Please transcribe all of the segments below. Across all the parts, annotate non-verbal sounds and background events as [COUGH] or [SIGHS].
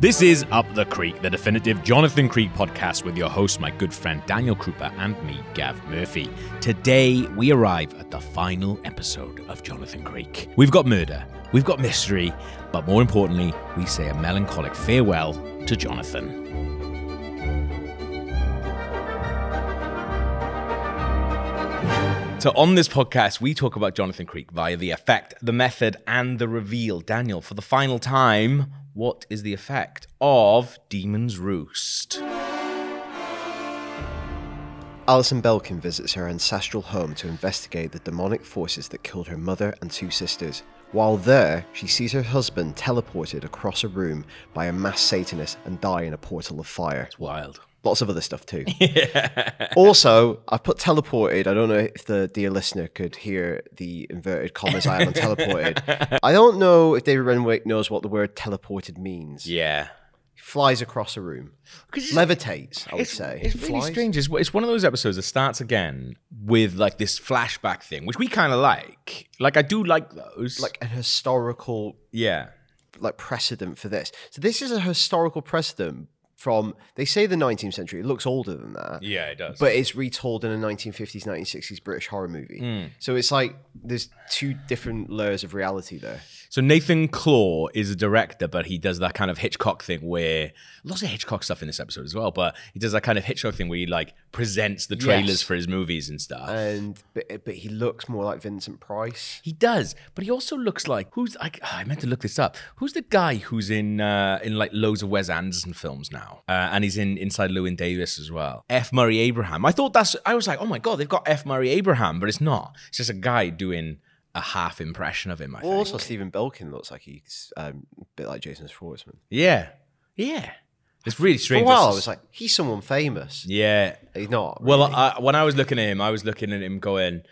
This is Up the Creek, the definitive Jonathan Creek podcast with your host, my good friend Daniel Krupa, and me, Gav Murphy. Today, we arrive at the final episode of Jonathan Creek. We've got murder, we've got mystery, but more importantly, we say a melancholic farewell to Jonathan. So, on this podcast, we talk about Jonathan Creek via the effect, the method, and the reveal. Daniel, for the final time, what is the effect of Demon's Roost? Alison Belkin visits her ancestral home to investigate the demonic forces that killed her mother and two sisters. While there, she sees her husband teleported across a room by a masked Satanist and die in a portal of fire. Wild. Lots of other stuff [LAUGHS] too. Also, I've put teleported. I don't know if the dear listener could hear the inverted commas I have [LAUGHS] on teleported. I don't know if David Renwick knows what the word teleported means. Yeah. Flies across a room, levitates. I would It's, say it's really Flies? strange. It's, it's one of those episodes that starts again with like this flashback thing, which we kind of like. Like I do like those. Like an historical yeah, like precedent for this. So this is a historical precedent from they say the 19th century. It looks older than that, yeah, it does. but it's retold in a 1950s, 1960s British horror movie. Hmm. So it's like there's two different layers of reality there. So Nathan Claw is a director, but he does that kind of Hitchcock thing where lots of Hitchcock stuff in this episode as well. But he does that kind of Hitchcock thing where he like presents the trailers Yes. Uh, for his movies and stuff. And but, but he looks more like Vincent Price. he does, but he also looks like who's I, ah, I meant to look this up. Who's the guy who's in uh, in like loads of Wes Anderson films now, uh, and he's in Inside Llewyn Davis as well. F Murray Abraham. I thought that's I was like, oh my god, they've got F Murray Abraham, but it's not. It's just a guy doing a half impression of him. I think. Also, Stephen Belkin looks like he's um, a bit like Jason Schwartzman. yeah, yeah. It's really For strange. a while, I This is- was like, he's someone famous. Yeah. He's not. Well, really. I, when I was looking at him, I was looking at him going,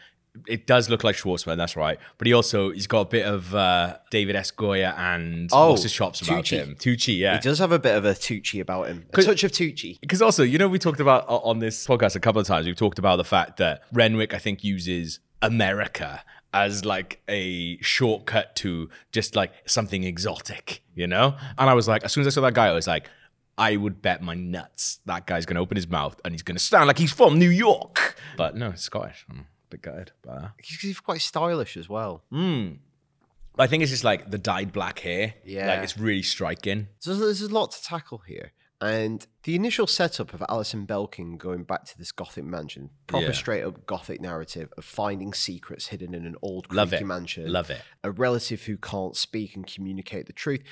it does look like Schwartzman, that's right. But he also, he's got a bit of uh, David S. Goya and Oh, what's his chops about Tucci. him? Tucci, he yeah. does have a bit of a Tucci about him. A touch of Tucci. Because also, you know, we talked about o- on this podcast a couple of times, we've talked about the fact that Renwick, I think, uses America as like a shortcut to just like something exotic, you know? And I was like, as soon as I saw that guy, I was like, I would bet my nuts that guy's going to open his mouth and he's going to sound like he's from New York. But no, it's Scottish. I'm a bit gutted. But He's he's quite stylish as well. I think it's just like the dyed black hair. Yeah. Like it's really striking. So there's there's a lot to tackle here. And the initial setup of Alison Belkin going back to this gothic mansion, proper Yeah. straight up gothic narrative of finding secrets hidden in an old creaky Love it. mansion. Love it. A relative who can't speak and communicate the truth.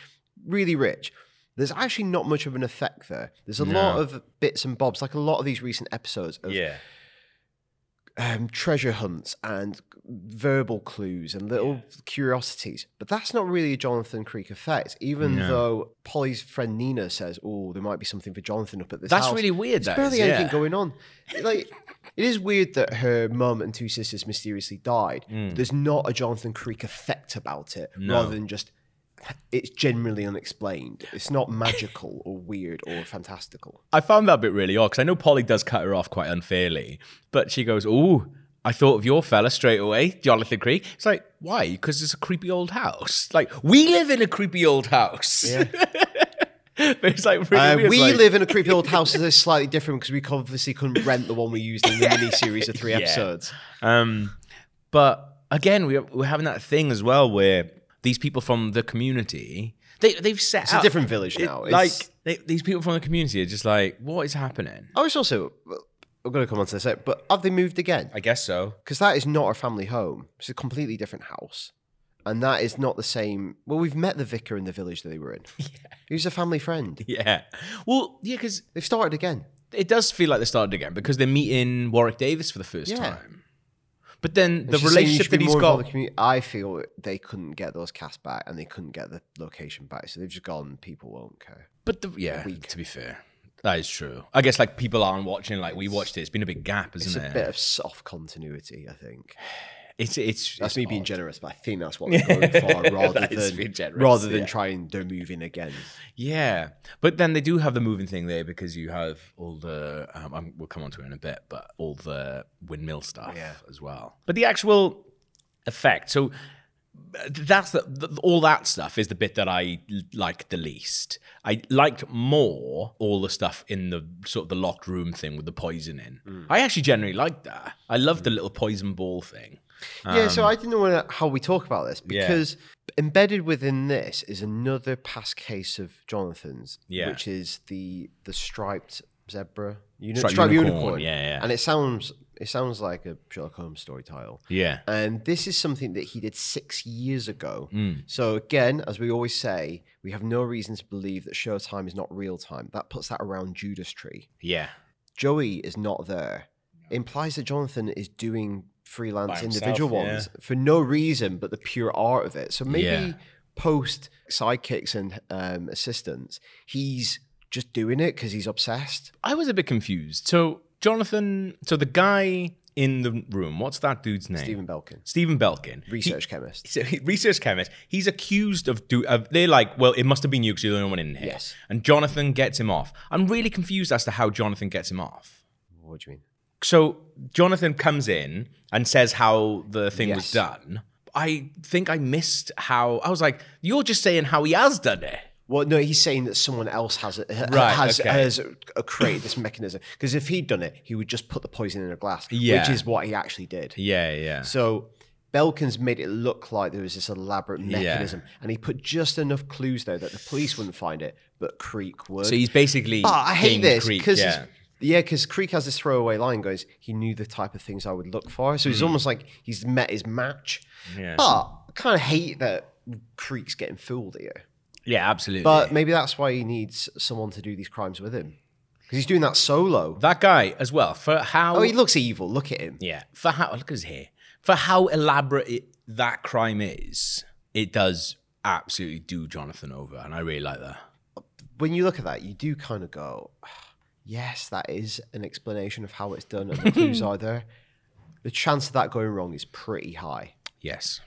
Really rich. There's actually not much of an effect there. There's a lot of bits and bobs, like a lot of these recent episodes of Yeah. um, treasure hunts and verbal clues and little curiosities. But that's not really a Jonathan Creek effect, even though Polly's friend Nina says, oh, there might be something for Jonathan up at this That's house." really weird. There's that barely is, yeah. anything going on. Like, it is weird that her mum and two sisters mysteriously died. Hmm. There's not a Jonathan Creek effect about it, rather than just it's generally unexplained. It's not magical or weird or fantastical. I found that a bit really odd because I know Polly does cut her off quite unfairly, but she goes, "Ooh, I thought of your fella straight away, Jonathan Creek." It's like, why? Because it's a creepy old house. Like we live in a creepy old house. [LAUGHS] but it's like really Uh, weird, we like- live in a creepy old house that is slightly different because we obviously couldn't rent the one we used [LAUGHS] in the mini series of three Yeah. episodes. Um, but again, we are, we're having that thing as well where these people from the community they they've set It's a different village now. It's- Like they, these people from the community are just like, what is happening? I was Oh, also, I'm going to come on to this, later, but have they moved again? I guess so. [LAUGHS] Because that is not a family home. It's a completely different house. And that is not the same. Well, we've met the vicar in the village that they [LAUGHS] were in. Yeah. He was a family friend. Yeah. Well, yeah, because They've started again. it does feel like they started again because they're meeting Warwick Davis for the first Yeah. time. But then And the she's saying you relationship should be that he's more involved in got, the community. I feel they couldn't get those cast back and they couldn't get the location back. So they've just gone, people won't care. but the, yeah, to be fair, that is true. I guess like people aren't watching like we watched it. It's been a big gap, It's isn't a it? bit of soft continuity, I think. it's it's That's me being generous, but I think that's [LAUGHS] what we're going for rather That is than being generous, rather than yeah. trying to move in again. yeah. But then they do have the moving thing there because you have all the um, I'm, we'll come on to it in a bit, but all the windmill stuff Yeah. as well. But the actual effect. So that's the, th all that stuff is the bit that I l- liked the least. I liked more all the stuff in the sort of the locked room thing with the poison in. I actually generally liked that. I loved the little poison ball thing. yeah, so I didn't want to how we talk about this Yeah. because embedded within this is another past case of Jonathan's, Yeah. which is the the striped zebra, uni- Striped striped, unicorn, unicorn. yeah, yeah. And it sounds it sounds like a Sherlock Holmes story title. Yeah. And this is something that he did six years ago. So again, as we always say, we have no reason to believe that Showtime is not real time. That puts that around Judas Tree. Yeah. Joey is not there implies that Jonathan is doing freelance By himself, individual yeah. ones for no reason but the pure art of it. So maybe Yeah. post sidekicks and um, assistants, he's just doing it because he's obsessed. I was a bit confused. So Jonathan, so the guy in the room, what's that dude's name? Stephen Belkin, Stephen Belkin. He- research chemist. so he- research chemist. He's accused of do. Of, they're like, well, it must have been you because you're the only one in here. Yes. And Jonathan gets him off. I'm really confused as to how Jonathan gets him off. What do you mean? So Jonathan comes in and says how the thing was Yes. done. I think I missed how I was like, you're just saying how he has done it. Well, no, he's saying that someone else has Right, has, okay. has uh, created this mechanism. Because if he'd done it, he would just put the poison in a glass, Yeah. which is what he actually did. Yeah, yeah. So Belkin's made it look like there was this elaborate Yeah. mechanism, and he put just enough clues though that the police wouldn't find it, but Creek would. So he's basically. but I hate being this Creek, because yeah. yeah, because Creek has this throwaway line goes, he knew the type of things I would look for, so he's almost like he's met his match. Hmm. Yeah. But I kind of hate that Creek's getting fooled here. yeah, absolutely. But maybe that's why he needs someone to do these crimes with him because he's doing that solo. that guy as well for how Oh, he looks evil. Look at him. Yeah. For how look at his hair. For how elaborate it, that crime is, it does absolutely do Jonathan over, and I really like that. when you look at that, you do kind of go, [SIGHS] yes, that is an explanation of how it's done [LAUGHS] and the clues are there. The chance of that going wrong is pretty high. Yes.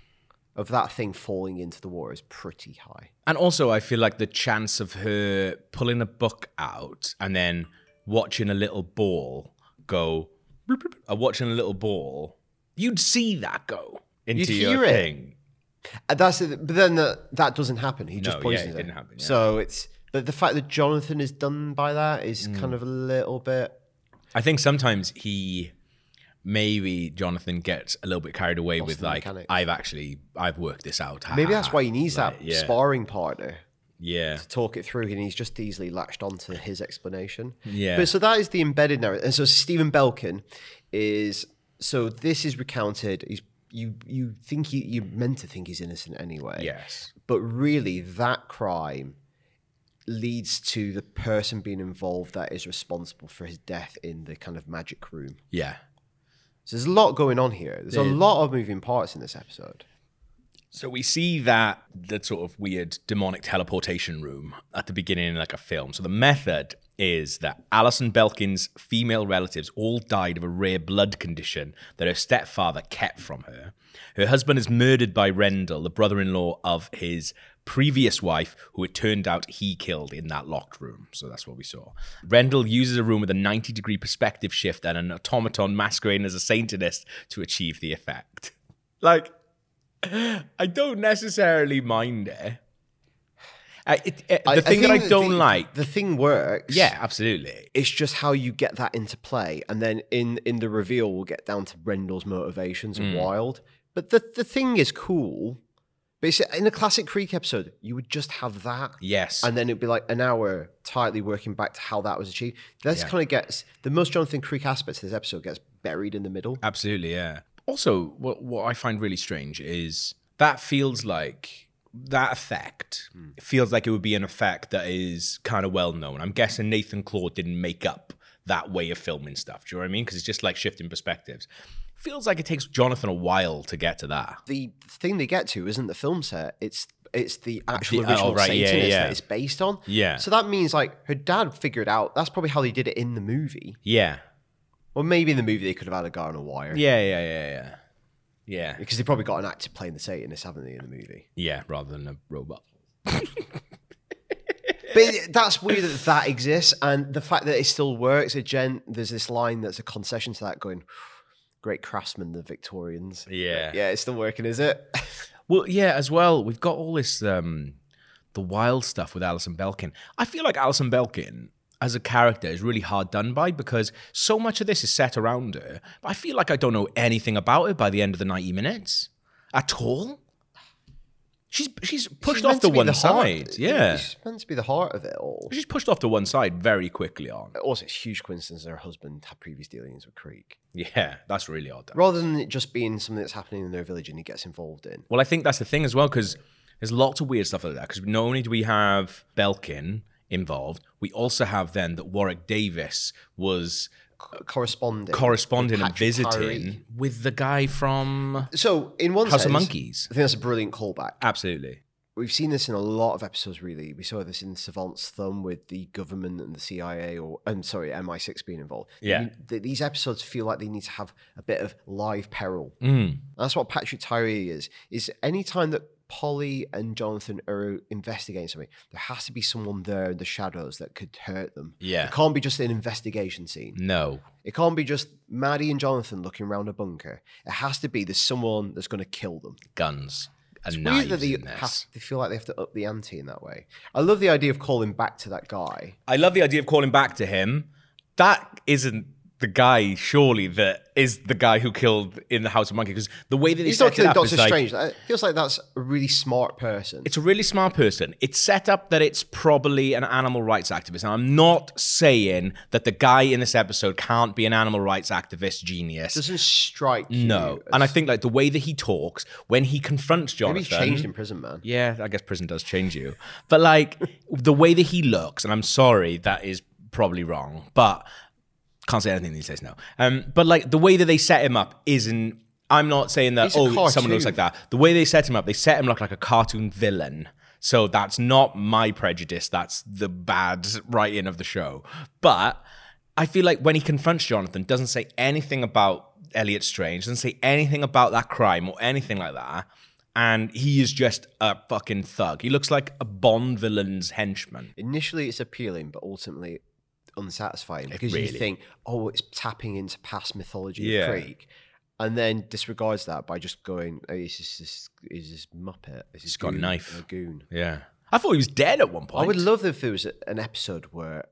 Of that thing falling into the water is pretty high. And also, I feel like the chance of her pulling a book out and then watching a little ball go, bloop, bloop, or watching a little ball, you'd see that go into You'd your hear it. thing. And that's it. But then the, that doesn't happen. He No, just yeah, poisons it her. didn't happen, yeah. So it's but the fact that Jonathan is done by that is Mm. kind of a little bit. I think sometimes he, maybe Jonathan gets a little bit carried away with in the like, mechanics. I've actually, I've worked this out. Ha, Maybe ha, that's ha." why he needs that Ah, yeah. sparring partner. Yeah. talk it through, and he's just easily latched onto his explanation. Yeah. But so that is the embedded narrative, and so Stephen Belkin is so this is recounted. He's you you think he, you're meant to think he's innocent anyway. Yes. But really, that crime leads to the person being involved that is responsible for his death in the kind of magic room. Yeah. So there's a lot going on here. There's a lot of moving parts in this episode. So we see that that sort of weird demonic teleportation room at the beginning in like a film. So the method is that Alison Belkin's female relatives all died of a rare blood condition that her stepfather kept from her. Her husband is murdered by Rendell, the brother-in-law of his previous wife, who it turned out he killed in that locked room. So that's what we saw. Rendell uses a room with a 90 degree perspective shift and an automaton masquerading as a Satanist to achieve the effect. Like [SIGHS] I don't necessarily mind it. I, it, it- the I- I thing that I think don't the- like, the thing works. yeah, absolutely. it's just how you get that into play and then in in the reveal we'll get down to Rendell's motivations and Hmm. wild but the the thing is cool but it's, in a classic creek episode you would just have that Yes, and then it'd be like an hour tightly working back to how that was achieved this kind of gets the most jonathan creek aspects of this episode gets buried in the middle absolutely. Yeah. Also, what what I find really strange is that feels like that effect Hmm. feels like it would be an effect that is kind of well known. I'm guessing Nathan Claude didn't make up that way of filming stuff. Do you know what I mean? Because it's just like shifting perspectives. Feels like it takes Jonathan a while to get to that. the thing they get to isn't the film set it's it's the actual The- oh, original right, yeah, Satanist yeah. that it's based on. Yeah. So that means like her dad figured out that's probably how they did it in the movie. Yeah. Or maybe in the movie they could have had a guy on a wire. Yeah. Yeah. Yeah. Yeah. Yeah. Because they probably got an actor playing the Satanist, haven't they, in the movie? Yeah, rather than a robot. But it- that's weird that that exists, and the fact that it still works. Again, there's this line that's a concession to that, going, "Great craftsmen, the Victorians." Yeah. yeah, it's still working, is it? Well, yeah, as well, we've got all this um the wild stuff with Alison Belkin. I feel like Alison Belkin as a character is really hard done by because so much of this is set around her, but I feel like I don't know anything about her by the end of the 90 minutes at all. She's she's [LAUGHS] pushed She's off meant to be one the heart- side. Yeah. She's meant to be the heart of it all. She's pushed off to one side very quickly on. Also, it's huge coincidence that her husband had previous dealings with Creek. Yeah, that's really odd. Rather than it just being something that's happening in their village and he gets involved in. Well, I think that's the thing as well because there's lots of weird stuff like that. Because not only do we have Belkin involved, we also have then that Warwick Davis was uh, Corresponding. corresponding and Patrick visiting Harry. with the guy from so, in one House sense, of Monkeys. I think that's a brilliant callback. Absolutely. We've seen this in a lot of episodes, really. We saw this in Savant's Thumb with the government and the CIA, or I'm sorry, MI6 being involved. Yeah. You- th- these episodes feel like they need to have a bit of live peril. Mm. That's what Patrick Tyree is. Is any time that Polly and Jonathan are investigating something, there has to be someone there in the shadows that could hurt them. Yeah. Mm. It can't be just an investigation scene. No. It can't be just Maddie and Jonathan looking around a bunker. It has to be there's someone that's going to kill them. Guns and Weird knives that they, in this. have, they feel like they have to up the ante in that way. I love the idea of calling back to that guy. I love the idea of calling back to him. That isn't the guy, surely, that is the guy who killed in the House of Monkeys. Because the way that they He's set not it killing up Doctor is like, Strange. That- It feels like that's a really smart person. it's a really smart person. It's set up that it's probably an animal rights activist. And I'm not saying that the guy in this episode can't be an animal rights activist genius. It doesn't strike no. you. And I as- think like the way that he talks when he confronts maybe Jonathan. he changed in prison, man. Yeah, I guess prison does change you. But like [LAUGHS] the way that he looks, and I'm sorry, that is probably wrong, but can't say anything these days now. Um, but like the way that they set him up isn't. I'm not saying that He's a oh someone cartoon. looks like that. The way they set him up, they set him look like a cartoon villain. So that's not my prejudice. That's the bad writing of the show. But I feel like when he confronts Jonathan, doesn't say anything about Elliot Strange, doesn't say anything about that crime or anything like that. And he is just a fucking thug. He looks like a Bond villain's henchman. initially it's appealing, but ultimately unsatisfying because you really- think, oh, it's tapping into past mythology Yeah. of Creek, and then disregards that by just going, oh, is this this is this Muppet? Is this He's got a goon- knife. a goon? Yeah. I thought he was dead at one point. I would love if there was a- an episode where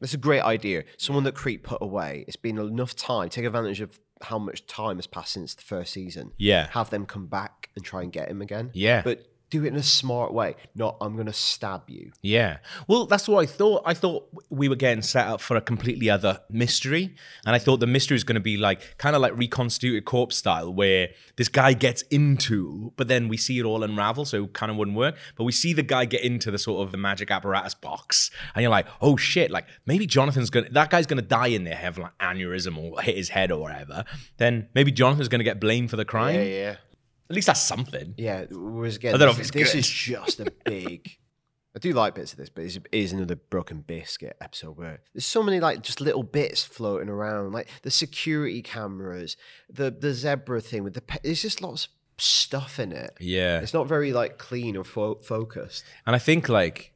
that's a great idea. Someone that Creek put away. It's been enough time. Take advantage of how much time has passed since the first season. Yeah. Have them come back and try and get him again. Yeah. But do it in a smart way. Not I'm gonna stab you. Yeah. Well, that's what I thought. I thought we were getting set up for a completely other mystery. And I thought the mystery was going to be like kind of like reconstituted corpse style, where this guy gets into, but then we see it all unravel. So it kind of wouldn't work. But we see the guy get into the sort of the magic apparatus box. And you're like, oh shit, like maybe Jonathan's going to, that guy's going to die in there, have like aneurysm or hit his head or whatever. Then maybe Jonathan's going to get blamed for the crime. yeah. At least that's something. Yeah, whereas again, I don't know this, if this it's is Oh, good. [LAUGHS] just a big. I do like bits of this, but it's- it is another broken biscuit episode where there's so many like just little bits floating around, like the security cameras, the the zebra thing with the. Pe- there's just lots of stuff in it. Yeah. It's not very like clean or fo- focused. And I think like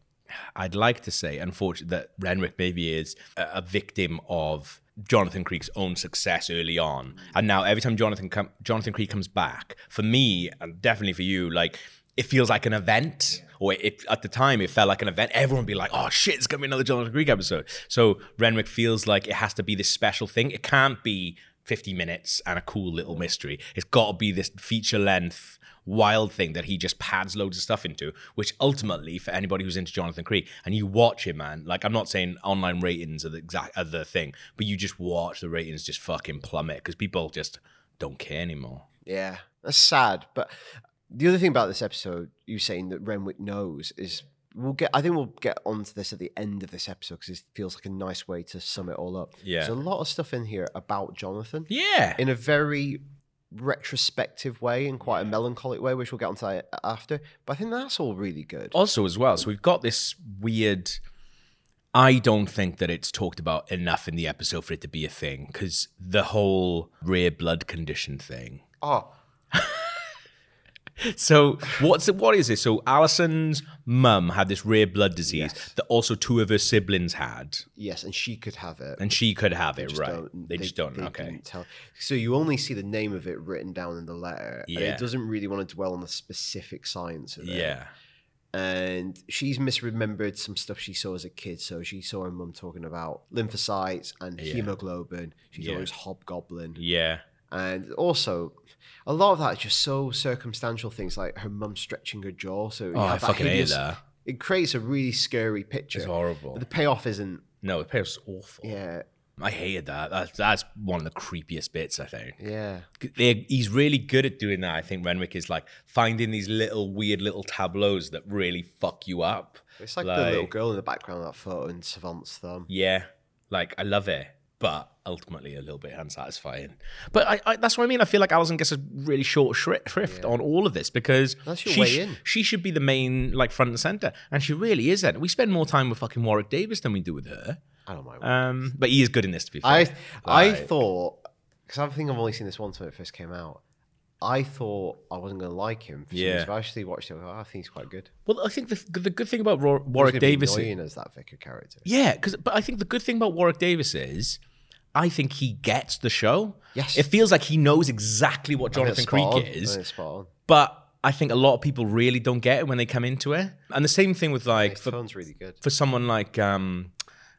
I'd like to say, unfortunately, that Renwick maybe is a, a victim of Jonathan Creek's own success early on, and now every time Jonathan com- Jonathan Creek comes back, for me and definitely for you, like it feels like an event. Or it, at the time, it felt like an event. Everyone would be like, "Oh shit, it's gonna be another Jonathan Creek episode." So Renwick feels like it has to be this special thing. It can't be 50 minutes and a cool little mystery. It's got to be this feature length wild thing that he just pads loads of stuff into, which ultimately for anybody who's into Jonathan Creek and you watch it, man, like I'm not saying online ratings are the exact are the thing, but you just watch the ratings just fucking plummet because people just don't care anymore. Yeah, that's sad. But the other thing about this episode, you saying that Renwick knows is. We'll get. I think we'll get onto this at the end of this episode because it feels like a nice way to sum it all up. Yeah. there's a lot of stuff in here about Jonathan. Yeah. in a very retrospective way and quite a melancholic way, which we'll get onto that after. But I think that's all really good. also as well so we've got this weird i don't think that it's talked about enough in the episode for it to be a thing because the whole rare blood condition thing Oh, So what's what is this? So Alison's mum had this rare blood disease Yes. that also two of her siblings had, Yes, and she could have it. and she could have it, just right? don't- they, just don't. they okay. didn't tell. So you only see the name of it written down in the letter. And Yeah. it doesn't really want to dwell on the specific science of it. Yeah. And she's misremembered some stuff she saw as a kid. So she saw her mum talking about lymphocytes and Yeah. hemoglobin. She thought Yeah. it was hobgoblin. Yeah. And also, a lot of that is just so circumstantial things like her mum stretching her jaw. So you Oh, have I that fucking hate hideous- that. It creates a really scary picture. It's horrible. But the payoff isn't, No, the pair's awful. yeah, I hated that. That's that's one of the creepiest bits. I think. yeah. they he's really good at doing that. I think Renwick is like finding these little weird little tableaus that really fuck you up. It's like, the little Like- girl in the background of that photo and Savant's thumb. Yeah, like I love it, but ultimately a little bit unsatisfying. But I, I that's what I mean. I feel like Alison gets a really short shri- shrift on all of this because That's your she, way sh- in. she should be the main like front and center, and she really isn't. We spend more time with fucking Warwick Davis than we do with her. I don't mind. Um, but he is good in this to be fair. I I like- thought because I think I've only seen this once when it first came out. I thought I wasn't going to like him. For some Yeah. reason, but I actually watched it. I, was like, "Oh, I think he's quite good. well, I think the the good thing about Ro- He's Warwick gonna be Davis is- annoying as that vicar character. Yeah, because but I think the good thing about Warwick Davis is, I think he gets the show. Yes. it feels like he knows exactly what I think Jonathan it's Creek spot on. I think is, it's spot on. but I think a lot of people really don't get it when they come into it. And the same thing with like His for, tone's really good. for someone like um,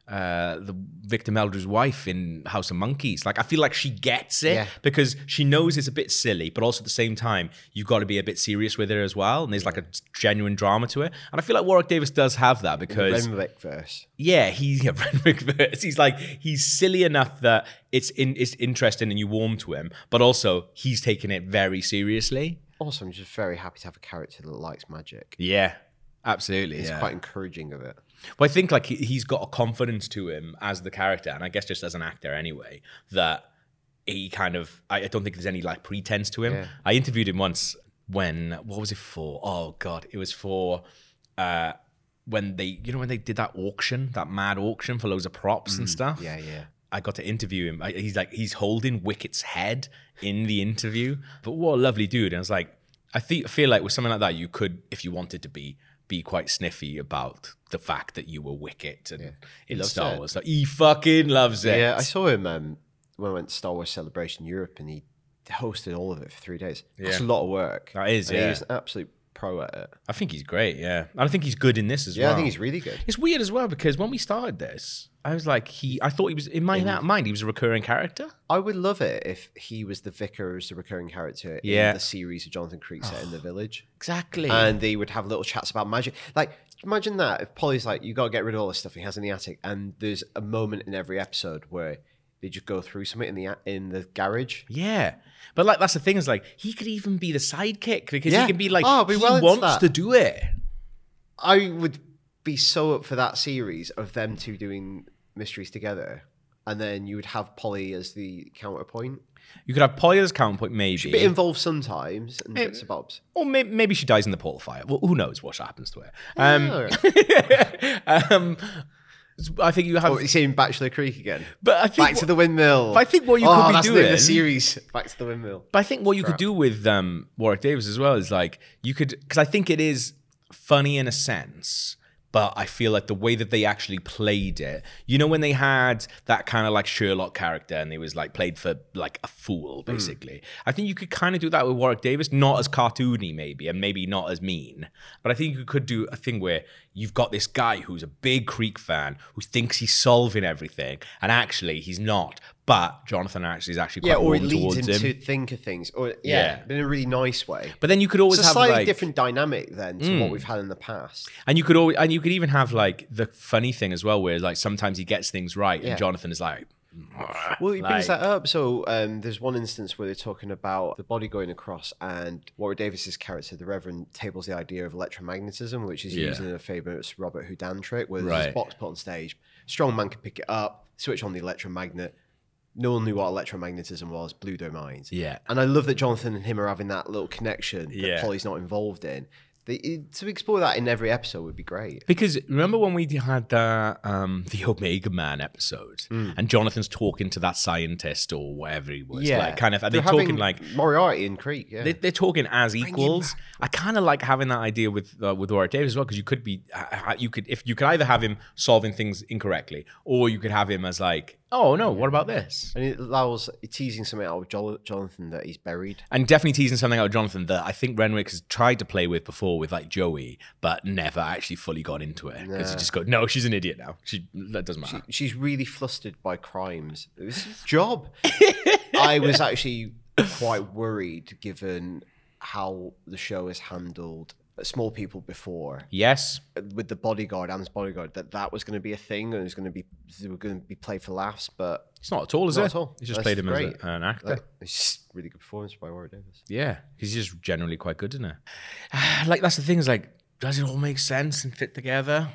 uh, the Victor Meldrew's wife in House of Monkeys. Like I feel like she gets it Yeah. because she knows it's a bit silly, but also at the same time you've got to be a bit serious with it as well. And there's like a genuine drama to it. And I feel like Warwick Davis does have that because Renwick verse. yeah, he's [LAUGHS] yeah, Renwick Verse. He's like he's silly enough that it's in, it's interesting and you warm to him, but also he's taking it very seriously. Also, I'm just very happy to have a character that likes magic. Yeah, absolutely. It's yeah. quite encouraging of it. But I think like he, he's got a confidence to him as the character, and I guess just as an actor anyway, that he kind of I, I don't think there's any like pretense to him. Yeah. I interviewed him once when what was it for? Oh god, it was for uh when they you know when they did that auction, that mad auction for loads of props and stuff. Yeah, yeah. I got to interview him. I, he's like he's holding Wicket's head in the interview. But what a lovely dude! And I was like, I think feel like with something like that, you could, if you wanted to be, be quite sniffy about the fact that you were Wicket and in loves Star it. Wars. Like, he fucking loves it. Yeah, I saw him um, when I went to Star Wars Celebration Europe, and he hosted all of it for three days. That's a Yeah. lot of work. That is, And yeah. He's an absolute pro at it. I think he's great. Yeah, and I think he's good in this as Yeah, well. I think he's really good. It's weird as well because when we started this, I was like, he. I thought he was in my mind. He was a recurring character. I would love it if he was the vicar as the recurring character Yeah. in the series of Jonathan Creek set [SIGHS] in the village. Exactly. And they would have little chats about magic. Like, imagine that if Polly's like, you got to get rid of all this stuff he has in the attic. And there's a moment in every episode where they just go through something in the, a- in the garage. Yeah. But like that's the thing is like he could even be the sidekick because Yeah. he can be like Oh, I'll be he well into wants that. to do it. I would be so up for that series of them two doing mysteries together. And then you would have Polly as the counterpoint. You could have Polly as counterpoint maybe, Bit involved sometimes and bits and bobs. or may- maybe she dies in the portal fire. Well, who knows what happens to her? Um, [LAUGHS] Oh, um, I think you have, oh, you see him Bachelor Creek again. but I Back think. to the windmill. I think what you oh, could be that's the name of doing- the series. Back to the windmill. But I think what you could do with um, Warwick Davis as well is like you could, because I think it is funny in a sense, but I feel like the way that they actually played it, you know, when they had that kind of like Sherlock character and he was like played for like a fool Hmm. basically. I think you could kind of do that with Warwick Davis, not as cartoony maybe, and maybe not as mean, but I think you could do a thing where you've got this guy who's a big Creek fan who thinks he's solving everything, and actually he's not. But Jonathan actually is actually quite Yeah, or it warm leads him, towards him. to think of things. Or yeah, Yeah. but Hmm. in a really nice way. But then you could always It's a have slightly like, different dynamic then to what we've had in the past. and you could always, and you could even have like the funny thing as well, where like sometimes he gets things right, Yeah. and Jonathan is like, Well, he Like- brings that up. So um, there's one instance where they're talking about the body going across, and Warwick Davis's character, the Reverend, tables the idea of electromagnetism, which is Yeah. used in a famous Robert Houdin trick, where there's this Right. box put on stage, strong man can pick it up, switch on the electromagnet. No one knew what electromagnetism was, blew their minds. yeah, And I love that Jonathan and him are having that little connection that Yeah. Polly's not involved in. They- They, it- to explore that in every episode would be great. Because remember when we had the um, [LAUGHS] the Omega Man episode, and Jonathan's talking to that scientist or whatever he was, like kind of, and they're, They're having talking like Moriarty and Creek. Yeah, they, they're talking as equals. I kind of like having that idea with uh, with Warwick Davis as well, because you could be ha- ha- you could if you could either have him solving things incorrectly, or you could have him as like, oh no, what about this? and it allows teasing something out of Jol- Jonathan that he's buried. And definitely teasing something out of Jonathan that I think Renwick has tried to play with before with like Joey, but never actually fully got into it because he just goes, no, she's an idiot now. She that doesn't matter. She's really flustered by crimes. It was his job. [LAUGHS] I was actually quite worried given how the show has handled small people before yes, with the bodyguard and his bodyguard that that was going to be a thing and it was going to be they were going to be played for laughs but It's not at all, is Not it? at all. He's just That's played him as great. a- an actor. like, it's just really good performance by Warwick Davis yeah, he's just generally quite good, isn't he? [SIGHS] like that's the thing is like, does it all make sense and fit together?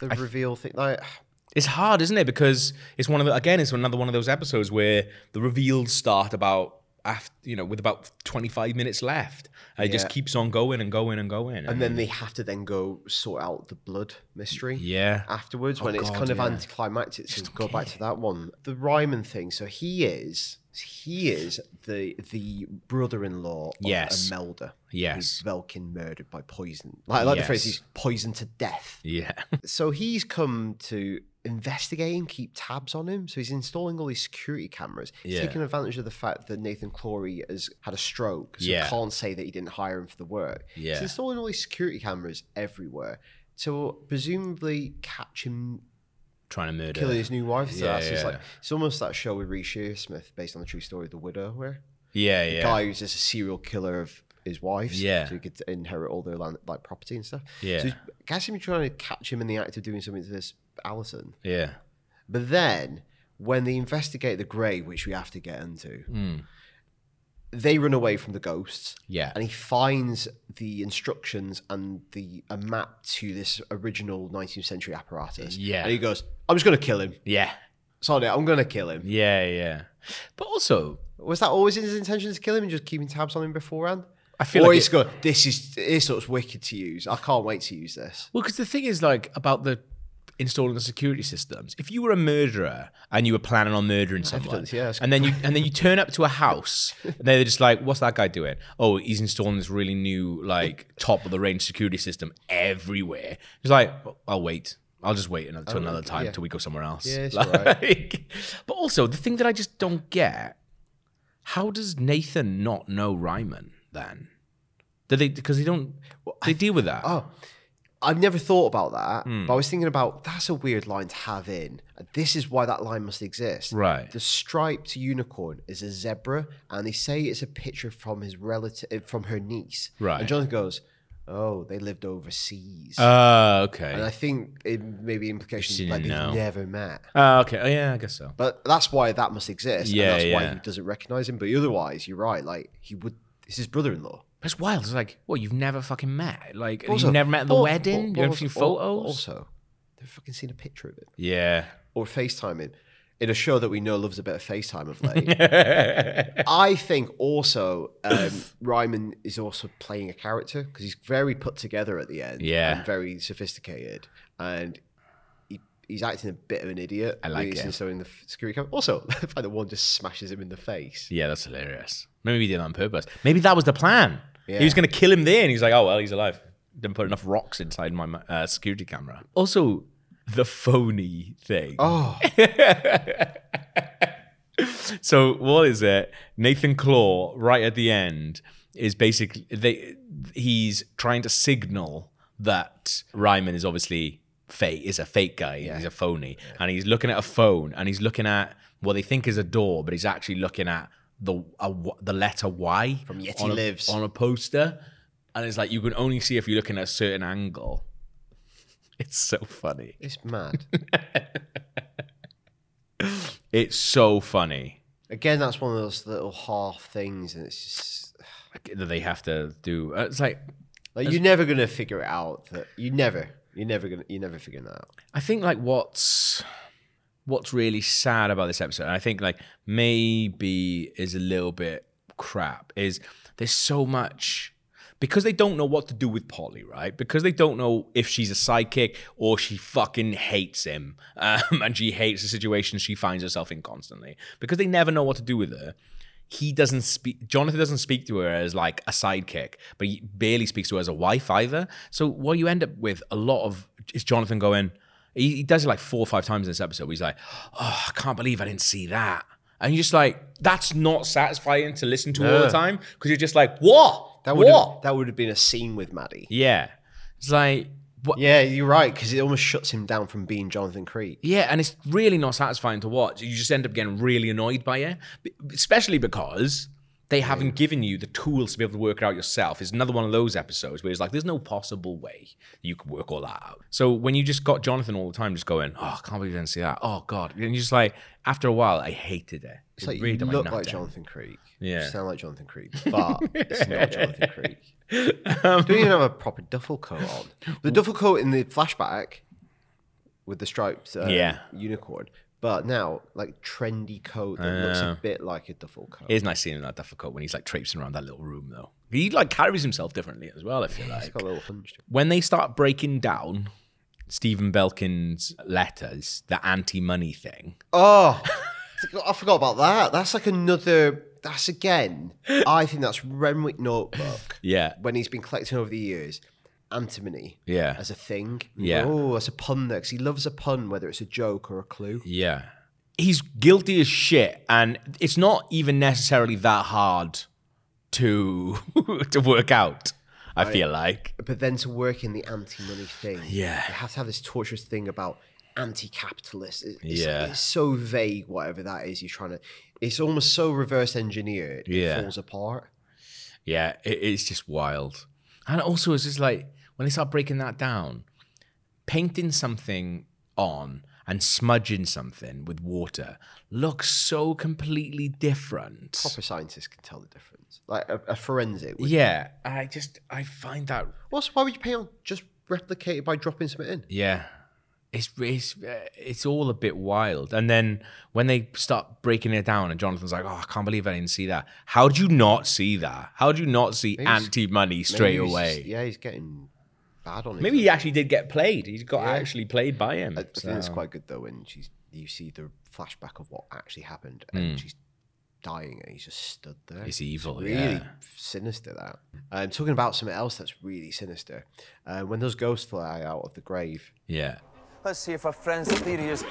the reveal thing like [SIGHS] It's hard, isn't it? Because it's one of the again, it's another one of those episodes where the reveals start about after you know with about twenty five minutes left. And It just Yeah. keeps on going and going and going. and then they have to then go sort out the blood mystery yeah, Oh afterwards when it's God, kind of yeah. anticlimactic. So go back to that one. The Ryman thing. So he is he is the the brother-in-law of Yes. Imelda. Yes. Who Velkin murdered by poison. Like, I like the phrase Yes. he's poisoned to death. yeah, [LAUGHS] So he's come to investigate and keep tabs on him. So he's installing all these security cameras. He's Yeah. taking advantage of the fact that Nathan Clory has had a stroke. So Yeah. can't say that he didn't hire him for the work. Yeah. He's installing all these security cameras everywhere. To presumably catch him trying to murder. killing his new wife. So Yeah, that's just yeah. like it's almost that show with Reese Shearsmith based on the true story of The Widow, where Yeah, the yeah, guy who's just a serial killer of his wife's, Yeah. so he could inherit all their land, like property and stuff. Yeah. so he's- guess him trying to catch him in the act of doing something to this Allison, yeah. but then when they investigate the grave, which we have to get into, they run away from the ghosts. Hmm. Yeah. and he finds the instructions and the a map to this original 19th century apparatus. Yeah. and he goes, "I'm just gonna kill him." Yeah, Sorry, I'm gonna kill him. yeah, yeah. But also, Was that always his intention to kill him and just keeping tabs on him beforehand? I feel or like he's it- going, this is this looks wicked to use. I can't wait to use this. Well, because the thing is, like, about the installing the security systems. If you were a murderer and you were planning on murdering someone, Evidence, yeah, that's- and then you and then you turn up to a house, and they're just like, "What's that guy doing? Oh, he's installing this really new, like, top of the range security system everywhere." He's like, "I'll wait." I'll just wait until another time Oh, yeah. till we go somewhere else. Yeah, [LAUGHS] it's Like- But also, the thing that I just don't get: how does Nathan not know Ryman? Then, do they because they don't they deal with that? Oh, I've never thought about that, Hmm. but I was thinking about that's a weird line to have in. This is why that line must exist. Right. The striped unicorn is a zebra, and they say it's a picture from his relative, eh, from her niece. Right. And Jonathan goes, "Oh, they lived overseas." Uh, okay. and I think it may be implication didn't like they've know. never met. Oh, okay. Oh, yeah, I guess so. But that's why that must exist. Yeah, and that's yeah. why he doesn't recognize him. But otherwise, you're right. Like he would. It's his brother-in-law. It's wild. It's like, what, you've never fucking met? Like, Also- you've never met at the al- wedding? al- you haven't also- seen al- photos? Also, they've fucking seen a picture of him yeah. [LAUGHS] or FaceTime him in a show that we know loves a bit of FaceTime [LAUGHS] of late. I think also um, [COUGHS] Ryman is also playing a character because he's very put together at the end. Yeah. and very sophisticated and. he- He's acting a bit of an idiot. I like it. So in the f- security camera. Also, [LAUGHS] the fact that one just smashes him in [LAUGHS] the face. Yeah, that's hilarious. Maybe he did it on purpose. Maybe that was the plan. Yeah. He was going to kill him there, and he's like, oh, well, he's alive. Didn't put enough rocks inside my uh, security camera. Also, the phony thing. Oh, So what is it? Nathan Claw, right at the end, is basically they he's trying to signal that Ryman is obviously fake is a fake guy, he's a phony. And he's looking at a phone and he's looking at what they think is a door, but he's actually looking at the a, w- the letter Y from Yeti on a, Lives. on a poster. And it's like you can only see if you're looking at a certain angle. [LAUGHS] It's so funny. it's mad. It's so funny. Again, that's one of those little half things, and it's just that they have to do. It's like like you're never gonna figure it out. That you never, you're never gonna, you're never figuring that out. I think like what's what's really sad about this episode, and I think like maybe is a little bit crap, is there's so much because they don't know what to do with Polly, right? Because they don't know if she's a sidekick or she fucking hates him [LAUGHS] um, and she hates the situation she finds herself in constantly. Because they never know what to do with her. He doesn't speak. Jonathan doesn't speak to her as like a sidekick, but he barely speaks to her as a wife either. So what you end up with a lot of is Jonathan going. He, he does it like four or five times in this episode. He's like, "Oh, I can't believe I didn't see that," and you're just like, "That's not satisfying to listen to all the No. time," because you're just like, "What? That would what?" have, that would have been a scene with Maddie. Yeah. It's like, what? Yeah, you're right because it almost shuts him down from being Jonathan Creek. Yeah, and it's really not satisfying to watch. You just end up getting really annoyed by it, B- especially because they haven't given you the tools to be able to work it out yourself. It's another one of those episodes where it's like, there's no possible way you could work all that out. So when you just got Jonathan all the time just going, oh, I can't believe I didn't see that. Oh, God. And you're just like, after a while, I hated it. It's It like really you done my look nut like in. Jonathan Creek. Yeah. You sound like [LAUGHS] Jonathan Creek, but it's not Jonathan Creek. Um, Don't even have a proper duffel coat on. The duffel coat in the flashback with the striped um, Yeah. unicorn, but now like trendy coat that looks a bit like a duffel coat. Uh. It is nice seeing him in that difficult when he's like traipsing around that little room, though. He like carries himself differently as well, I feel like. It's got a little hunch. to it. when they start breaking down Stephen Belkin's letters, the anti-money thing. [LAUGHS] Oh, I forgot about that. That's like another. That's again. I think that's Renwick notebook. Yeah, when he's been collecting over the years, antimony yeah, as a thing. Yeah. Oh, as a pun there, 'cause he loves a pun, whether it's a joke or a clue. yeah. He's guilty as shit, and it's not even necessarily that hard to [LAUGHS] to work out. I feel like But then to work in the anti-money thing, Yeah. you have to have this torturous thing about anti-capitalist. It- It's, Yeah. it's so vague, whatever that is. You're trying to. It's almost so reverse engineered. Yeah. it falls apart. Yeah, it, it's just wild. And also, it's just like when they start breaking that down, painting something on and smudging something with water looks so completely different. Proper scientists can tell the difference. Like a, a forensic. Would, Yeah, I just I find that Also, why would you pay on just replicate it by dropping something in? yeah, it's it's uh, it's all a bit wild. And then when they start breaking it down, and Jonathan's like, "Oh, I can't believe I didn't see that. How did you not see that? How did you not see he's- anti money straight Maybe he's away?" just- yeah, he's getting bad on it. Maybe he actually did get played. He got Yeah. actually played by him. I, I think it's quite good though when she's you see the flashback of what actually happened and she's dying and he's just stood there. It's Hmm. evil, really yeah. sinister that. I'm talking about something else that's really sinister. Uh, when those ghosts fly out of the grave, Yeah. Let's see if our friend's theory is.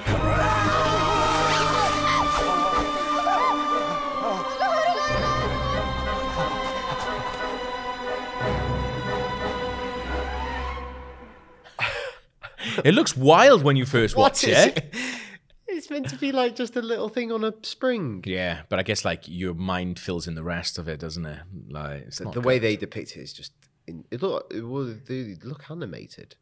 It looks wild when you first watch it. It's meant to be like just a little thing on a spring. [LAUGHS] Yeah, but I guess like your mind fills in the rest of it, doesn't it? Like it's The, not the way they depict it is just. In, it look. It, will- they look animated. good.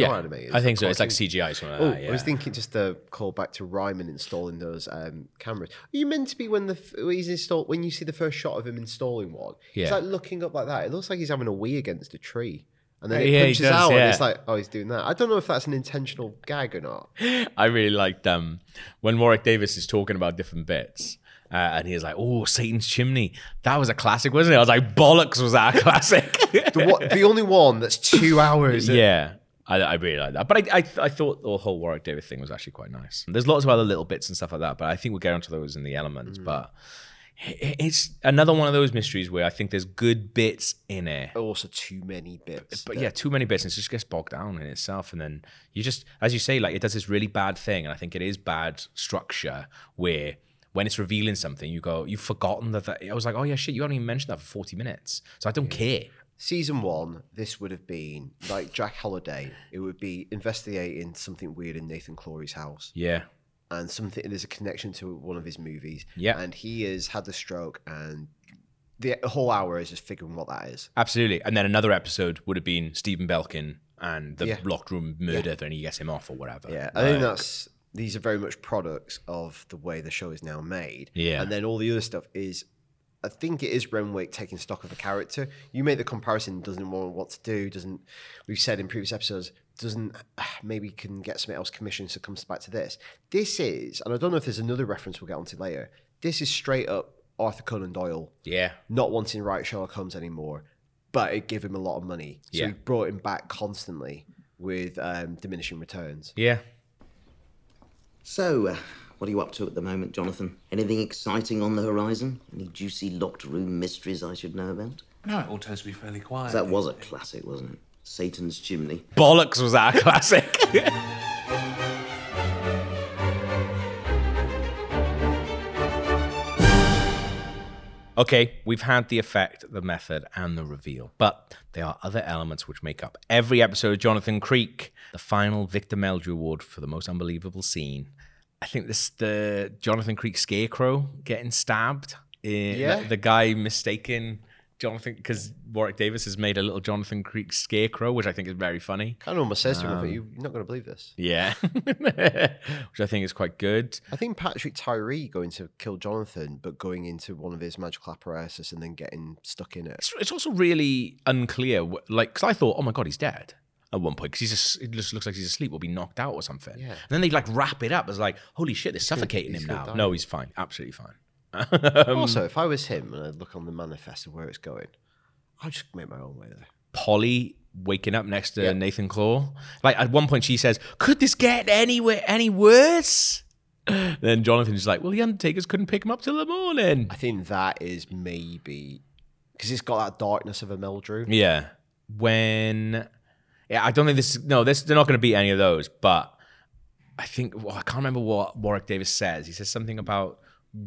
yeah, not animated, I it's think a so. It's like cartoon. CGI. or something like Oh, that, yeah. I was thinking just a call back to Ryman installing those um, cameras. Are you meant to be when the f- when he's installed when you see the first shot of him installing one? Yeah. He's like looking up like that. It looks like he's having a wee against a tree, and then it Uh, Yeah, he punches does, out, yeah. and it's like, oh, he's doing that. I don't know if that's an intentional gag or not. I really liked um, when Warwick Davis is talking about different bits. Uh, and he's like, "Oh, Satan's chimney. That was a classic, wasn't it?" I was like, "Bollocks, was that a [LAUGHS] classic?" The, [LAUGHS] what, the only one that's two hours. of- yeah, I, I really like that. But I, I, I thought the whole Warwick Davis thing was actually quite nice. There's lots of other little bits and stuff like that, but I think we'll get onto those in the elements. But it- it's another one of those mysteries where I think there's good bits in it. Also, too many bits. But yeah, too many bits. and It just gets bogged down in itself, and then you just, as you say, like it does this really bad thing, and I think it is bad structure where when it's revealing something, you go, you've forgotten that. that I was like, oh yeah, shit, you haven't even mentioned that for forty minutes, so I don't care. season one, this would have been like Jack Holiday. It would be investigating something weird in Nathan Clory's house. Yeah, and something there's a connection to one of his movies. Yeah. And he has had the stroke and the whole hour is just figuring what that is. absolutely. And then another episode would have been Stephen Belkin and the Yeah. locked room murder, then he gets him off or whatever. Yeah. I think that's these are very much products of the way the show is now made. Yeah. And then all the other stuff is I think it is Renwick taking stock of a character. You make the comparison, doesn't know what to do, doesn't we've said in previous episodes, doesn't ah, maybe can get something else commissioned, so it comes back to this. This is, and I don't know if there's another reference we'll get onto later. This is straight up Arthur Conan Doyle yeah, not wanting to write Sherlock Holmes anymore, but it gave him a lot of money. So Yeah. he brought him back constantly with um, diminishing returns. Yeah. So, uh, what are you up to at the moment, Jonathan? Anything exciting on the horizon? Any juicy locked room mysteries I should know about? No, it all tends to be fairly quiet. That was a classic, wasn't it? Satan's Chimney. Bollocks was our [LAUGHS] classic. okay, we've had the effect, the method, and the reveal, but there are other elements which make up every episode of Jonathan Creek, the final Victor Meldrew Award for the most unbelievable scene. I think this the Jonathan Creek scarecrow getting stabbed. eh, Yeah. The, the guy mistaken Jonathan because Warwick Davis has made a little Jonathan Creek scarecrow, which I think is very funny. Kind of almost says to him, Um, "But you- you're not going to believe this. Yeah. [LAUGHS] Which I think is quite good. I think Patrick Tyree going to kill Jonathan, but going into one of his magical apparatus and then getting stuck in it. It's, it's also really unclear. wh- Like, because I thought, oh my God, he's dead at one point because he's just, it just looks like he's asleep or be knocked out or something. Yeah. And then they like wrap it up as like, holy shit, they're suffocating him now. No, he's fine. Absolutely fine. Um, also, if I was him and I look on the manifest of where it's going, I'd just make my own way there. Polly waking up next to Nathan Claw. Like at one point she says, Could this get anywhere any [LAUGHS] worse? Then Jonathan's like, Well, the Undertakers couldn't pick him up till the morning. I think that is maybe because it's got that darkness of a Meldrew. Yeah. When yeah, I don't think this no, this they're not gonna beat any of those, but I think well, I can't remember what Warwick Davis says. He says something about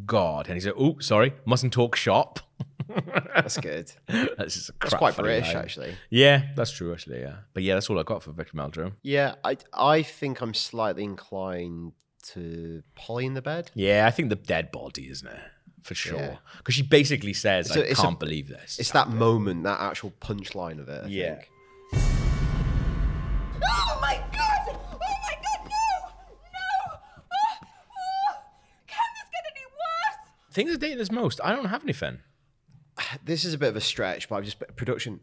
God and he said, Oh, sorry, mustn't talk shop. [LAUGHS] That's good. That's just a It's crap quite funny British, line. actually. Yeah, that's true, actually, yeah. But yeah, that's all I got for Victor Meldrum. Yeah, I I think I'm slightly inclined to Polly in the bed. Yeah, I think the dead body, isn't it? For sure. Yeah. Because she basically says, It's I a- it's a- can't believe this. It's that moment, that actual punchline of it. I Yeah. think. Oh my god! Oh my god, no! No! Oh, oh. Can this get any worse? Things are dating us most. I don't have anything. This is a bit of a stretch, but I've just production.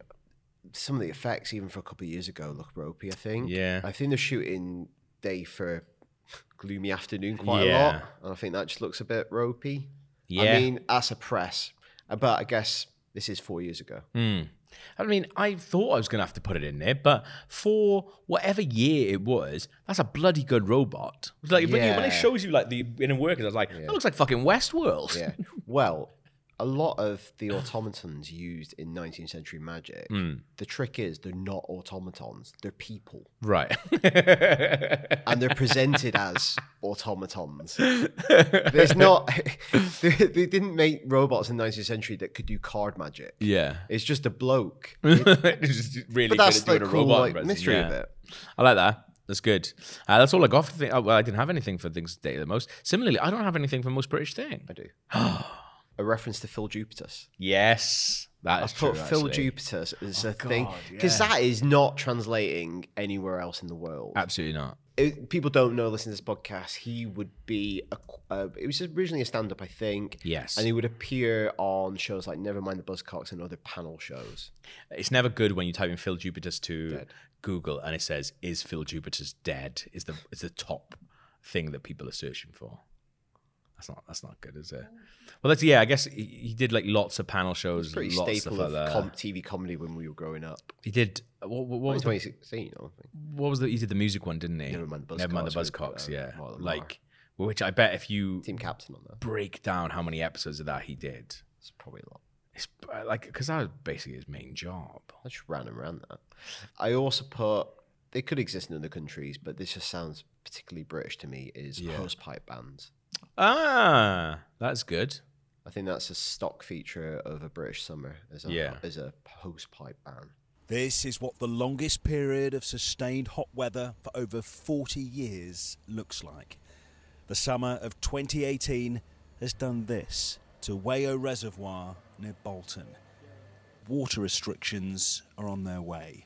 Some of the effects, even for a couple of years ago, look ropey. I think. Yeah. I think they're shooting day for gloomy afternoon quite a lot, Yeah. and I think that just looks a bit ropey. Yeah. I mean, that's a press, Uh, but I guess this is four years ago. I mean, I thought I was going to have to put it in there, but for whatever year it was, that's a bloody good robot. Like when, you, when Yeah. it shows you like the inner workings, I was like, that looks like fucking Westworld. Yeah. Well, a lot of the automatons used in 19th century magic, Hmm. the trick is they're not automatons, they're people. [LAUGHS] Right. And they're presented as automatons. There's not, [LAUGHS] they, they didn't make robots in 19th century that could do card magic. [LAUGHS] yeah. It's just a bloke. [LAUGHS] It's just really But good at that's the doing a cool robot like, impression. mystery of Yeah. it. I like that. That's good. Uh, that's all I got for things. well, I didn't have anything for things that date the most. Similarly, I don't have anything for most British thing. I do. a reference to Phil Jupitus. Yes, that I is put true. Phil actually. Oh Jupitus as a thing because that is not translating anywhere else in the world. Absolutely not. it, people don't know listening to this podcast, he would be a. qu- Uh, it was originally a stand up, I think. Yes. And he would appear on shows like Nevermind the Buzzcocks and other panel shows. It's never good when you type in Phil Jupiter's to Google and it says, "Is Phil Jupiter's dead?" Is the is the top thing that people are searching for. That's not that's not good, is it? Well, that's yeah. I guess he, he did like lots of panel shows, Pretty lots staple of, of other- com- TV comedy when we were growing up. He did. What, what, what was It was the 2016, I think. what was the he did the music one, didn't he? Nevermind the Nevermind Buzzcocks the with, Buzzcocks, uh, yeah. Marlon Marr. Like, which I bet if you Team captain on that. break down how many episodes of that he did, It's probably a lot. it's uh, like because that was basically his main job. I just ran and ran that. I also put. They could exist in other countries, but this just sounds particularly British to me. Is hosepipe bands. Ah, that's good. I think that's a stock feature of a British summer as a Yeah. as a hosepipe band. This is what the longest period of sustained hot weather for over 40 years looks like. The summer of 2018 has done this to Wayo Reservoir near Bolton. Water restrictions are on their way.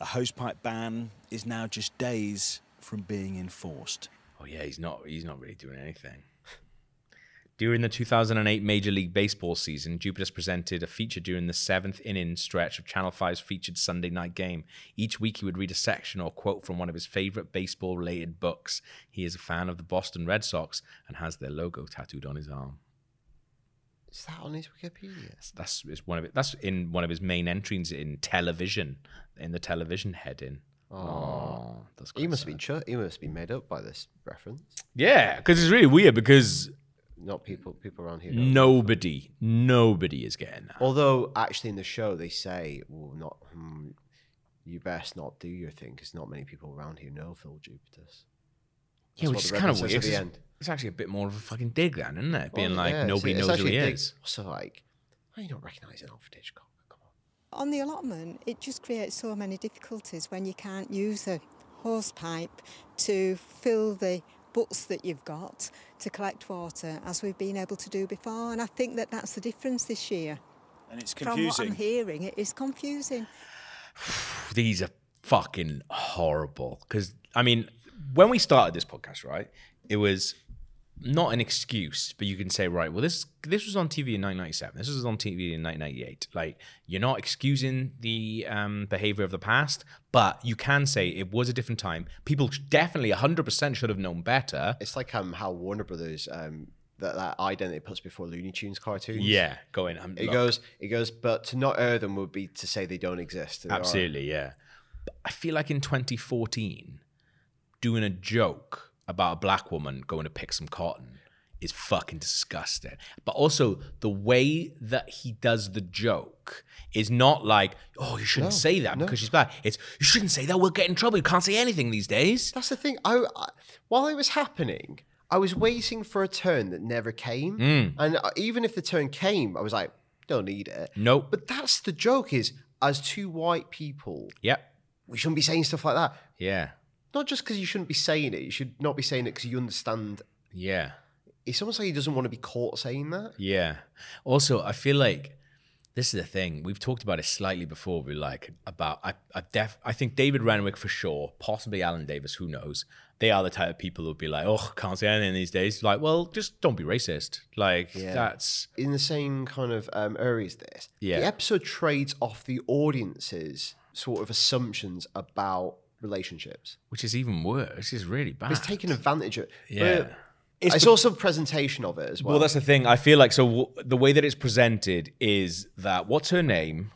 A hosepipe ban is now just days from being enforced. Oh yeah, he's not he's not really doing anything. During the 2008 Major League Baseball season, Jupiter's presented a feature during the seventh inning stretch of Channel 5's featured Sunday night game. Each week, he would read a section or quote from one of his favorite baseball related books. He is a fan of the Boston Red Sox and has their logo tattooed on his arm. Is that on his Wikipedia? That's it's one of it. That's in one of his main entries in television, in the television heading. Oh, that's He quite must sad. be chu- he must be made up by this reference. Yeah, because it's really weird because Not people people around here. know. nobody, nobody is getting that. Although actually in the show they say, "Well, not hmm, you best not do your thing because not many people around here know Phil Jupitus." Yeah, what which is the kind of reference weird. says at 'cause the It's, end. it's actually a bit more of a fucking dig, then, isn't it? Being like yeah, nobody it's- it's knows who actually he a dig. is. Also, like, how you not recognizing Alfred Hitchcock? Come on. On the allotment, it just creates so many difficulties when you can't use a hose pipe to fill the butts that you've got to collect water as we've been able to do before. And I think that that's the difference this year. And it's From what I'm hearing, it is confusing. these are fucking horrible. Because I mean, when we started this podcast, right, it was not an excuse, but you can say, right, well, this this was on TV in 1997. This was on TV in 1998. Like, you're not excusing the um, behavior of the past, but you can say it was a different time. People sh- definitely 100% should have known better. It's like um, how Warner Brothers um, that that identity puts before Looney Tunes cartoons. Yeah, going. Um, It look, goes, it goes, but to not err them would be to say they don't exist. and they are. Absolutely, yeah. But I feel like in 2014, doing a joke about a black woman going to pick some cotton is fucking disgusting. But also, the way that he does the joke is not like, oh, you shouldn't say that because she's black. It's, you shouldn't say that. We'll get in trouble. You can't say anything these days. That's the thing. I, I while it was happening, I was waiting for a turn that never came, Mm. and I- even if the turn came, I was like, don't need it. Nope. But that's the joke. Is as two white people, Yep. we shouldn't be saying stuff like that. Yeah. Not just because you shouldn't be saying it. You should not be saying it because you understand. Yeah. It's almost like he doesn't want to be caught saying that. Yeah. Also, I feel like this is the thing we've talked about it slightly before. We like about I I def I think David Renwick for sure, possibly Alan Davis. Who knows? They are the type of people who'd be like, oh, can't say anything these days. Like, well, just don't be racist. Like that's in the same kind of um, area as this. Yeah. The episode trades off the audience's sort of assumptions about relationships. which is even worse. This is really bad. It's taking advantage of Yeah. but It's, also presentation of it as well. Well, that's the thing. I feel like so w- the way that it's presented is that what's her name?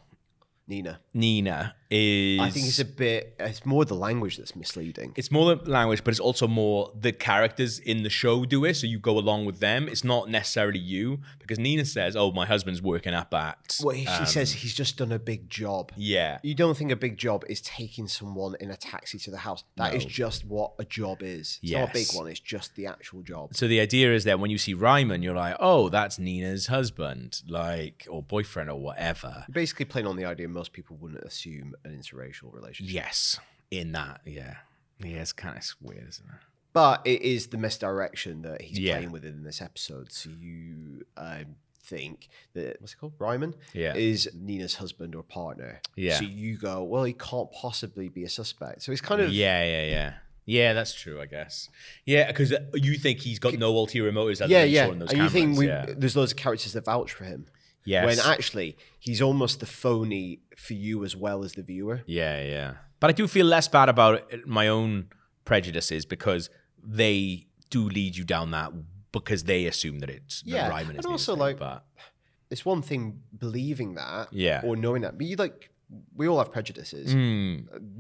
Nina. Nina is I think it's a bit. It's more the language that's misleading. it's more the language, but it's also more the characters in the show do it, so you go along with them. It's not necessarily you because Nina says, "Oh, my husband's working up at." Well, he, she says he's just done a big job. um, Yeah, You don't think a big job is taking someone in a taxi to the house. That is just what a job is. It's not a big Yes. one. It's just the actual job. so the idea is that when you see Ryman, you're like, "Oh, that's Nina's husband, like or boyfriend or whatever." You're basically playing on the idea most people wouldn't assume an interracial relationship. Yes, in that, yeah, yeah, it's kind of weird, isn't it? But it is the misdirection that he's Yeah. playing with in this episode. So you um, think that what's it called? Ryman Yeah. is Nina's husband or partner. Yeah. So you go, well, he can't possibly be a suspect. So it's kind of Yeah, yeah, yeah. Yeah, that's true, I guess. Yeah, because you think he's got no ulterior motives other yeah, than yeah. showing those and you think cameras, we, yeah. there's loads of characters that vouch for him. Yes. When actually he's almost the phony for you as well as the viewer. Yeah, yeah. But I do feel less bad about it- my own prejudices because they do lead you down that because they assume that it's that Yeah, Ryman is and Nina's also, thing, like- but [LAUGHS] It's one thing believing that, Yeah. or knowing that, but you like we all have prejudices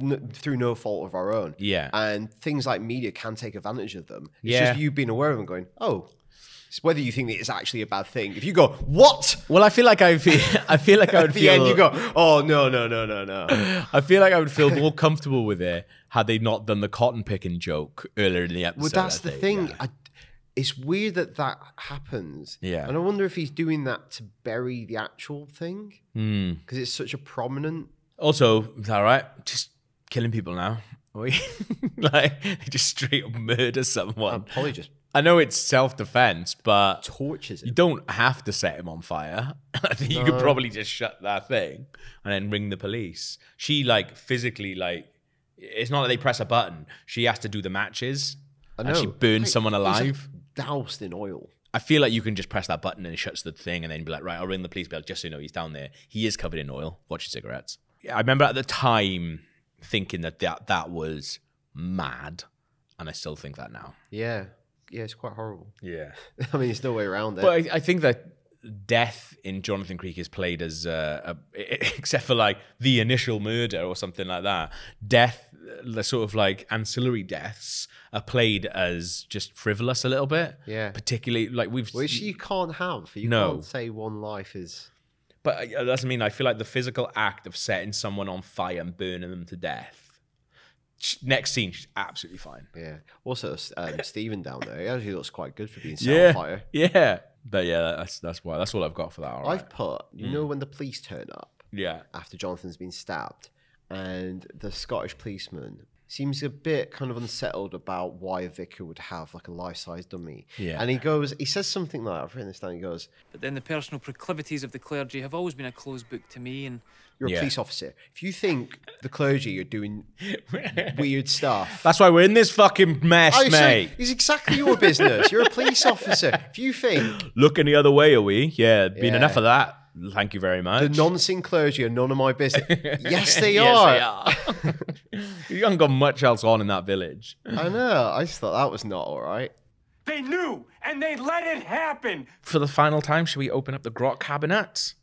n- through no fault of our own. Mm. yeah, and things like media can take advantage of them. It's Yeah. just you being aware of them going, oh, it's whether you think that it's actually a bad thing. If you go, what? well, I feel like I feel [LAUGHS] I feel like I would [LAUGHS] At the feel end, you go, oh, no, no, no, [COUGHS] no, no. [LAUGHS] I feel like I would feel more comfortable with it had they not done the cotton picking joke earlier in the episode. I well, that's the think, thing. yeah. I, it's weird that that happens. Yeah. And I wonder if he's doing that to bury the actual thing Hmm. because it's such a prominent. Also, it's all right, just killing people now. [LAUGHS] like they just straight up murder someone. Polly just I know it's self defense, but tortures You it. don't have to set him on fire. [LAUGHS] I think you could probably just shut that thing and then ring the police. She like physically like it's not that they press a button. She has to do the matches and she know. burns Like, someone he's, like, alive. doused in oil. I feel like you can just press that button and it shuts the thing and then be like, right, I'll ring the police bell just so you know he's down there. He is covered in oil. Watch your cigarettes. Yeah, I remember at the time thinking that that, that was mad. And I still think that now. Yeah. Yeah, it's quite horrible. [LAUGHS] Yeah. I mean, there's no way around it. But I, I think that death in Jonathan Creek is played as, uh, a, [LAUGHS] except for like the initial murder or something like that, death, uh, the sort of like ancillary deaths are played as just frivolous a little bit. Yeah. Particularly like we've. Which you can't have. You No. can't say one life is. But I- that's what I mean. I feel like the physical act of setting someone on fire and burning them to death. sh- Next scene, she's absolutely fine. Yeah. Also, um, Stephen down there, he actually looks quite good for being set Yeah, on fire. yeah. But yeah, that's that's why that's all I've got for that. All right. I've put, you know, Mm. when the police turn up yeah. after Jonathan's been stabbed, and the Scottish policeman seems a bit kind of unsettled about why a vicar would have like a life size dummy. Yeah. And he goes, he says something like, I've written this down, he goes, But then the personal proclivities of the clergy have always been a closed book to me, and You're a Yeah. police officer. If you think the clergy are [LAUGHS] doing weird stuff, That's why we're in this fucking mess, I say, mate. it's exactly your business. You're a [LAUGHS] police officer. If you think Look any other way, are we? Yeah. Been Yeah. enough of that. Thank you very much. the non-sin clergy are none of my [LAUGHS] business, yes, they are. yes, they are. [LAUGHS] you haven't got much else on in that village. I know. I just thought that was not all right. They knew, and they let it happen. for the final time, should we open up the grot cabinet?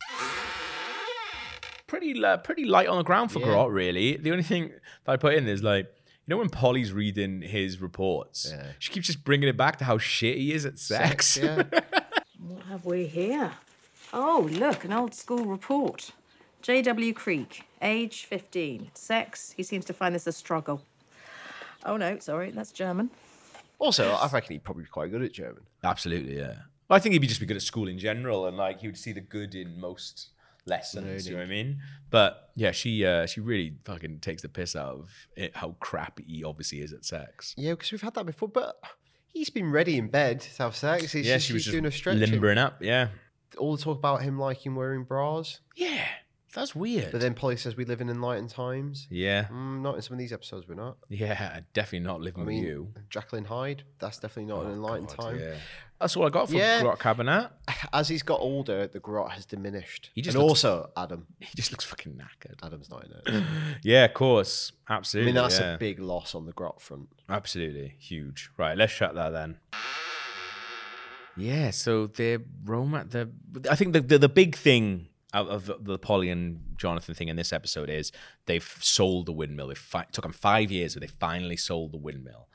Pretty, uh, pretty light on the ground for grot, really. The only thing that I put in is like, you know, when Polly's reading his reports, she keeps just bringing it back to how shit he is at sex. Yeah. What have we here? Oh, look, an old school report. J.W. Creek, age 15. Sex, he seems to find this a struggle. Oh, no, sorry, that's German. Also, I reckon he'd probably be quite good at German. Absolutely, yeah. Well, I think he'd be just be good at school in general, and like he would see the good in most lessons. You know what I mean? But yeah, she uh, she really fucking takes the piss out of it, how crap he obviously is at sex. Yeah, because we've had that before. But he's been ready in bed to have sex. He's yeah, just, she was she's just doing a stretching. limbering up. Yeah, All the talk about him liking wearing bras, yeah, that's weird. but then Polly says we live in enlightened times. yeah, Mm, not in some of these episodes, we're not. Yeah, definitely not living I mean, with you. Oh, Jacqueline Hyde. That's definitely not an enlightened time. [LAUGHS] Yeah. That's all I got for Yeah. Grot Cabinet. As he's got older, the grot has diminished. He just and looks- also Adam. He just looks fucking knackered. Adam's not in it. Yeah, of course. I Absolutely. mean, that's yeah. a big loss on the grot front. Absolutely huge. Right, let's shut that then. Yeah, so they're Roma. The I think the, the the big thing out of the- the Polly and Jonathan thing in this episode is they've sold the windmill. They fi- took them five years, but they finally sold the windmill.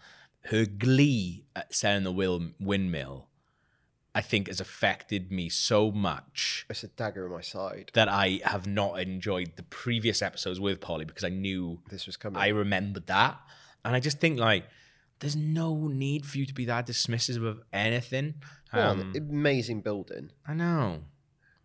Her glee at selling the will- windmill, I think, has affected me so much It's a dagger in my side. that I have not enjoyed the previous episodes with Polly because I knew This was coming. I remembered that. And I just think like there's no need for you to be that dismissive of anything. One, Um, amazing building. I know.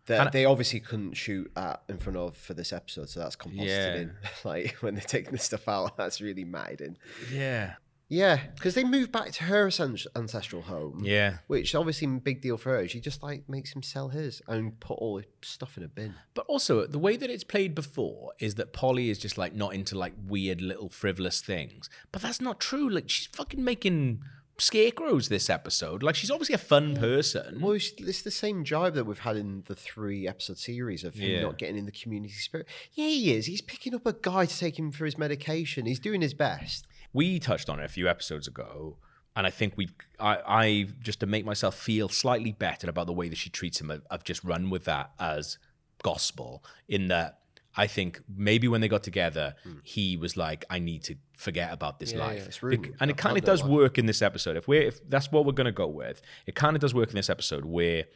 That and- they obviously couldn't shoot at in front of for this episode, so that's composited Yeah. in. [LAUGHS] like when they're taking the stuff out, that's really matted in. Yeah. Yeah, because they moved back to her ancest- ancestral home. Yeah. Which obviously a big deal for her. She just like makes him sell his and put all his stuff in a bin. But also the way that it's played before is that Polly is just like not into like weird little frivolous things. But that's not true. Like she's fucking making scarecrows this episode. Like she's obviously a fun person. Well, it's, it's the same jibe that we've had in the three episode series of him Yeah. not getting in the community spirit. Yeah, he is. He's picking up a guy to take him for his medication. He's doing his best. we touched on it a few episodes ago and i think we i, I just to make myself feel slightly better about the way that she treats him I've, I've just run with that as gospel in that i think maybe when they got together he was like i need to forget about this Hmm. Yeah, yeah, life it's rude. Bec- and it I've kind of had that does one. work in this episode if we're if that's what we're going to go with it kind of does work in this episode where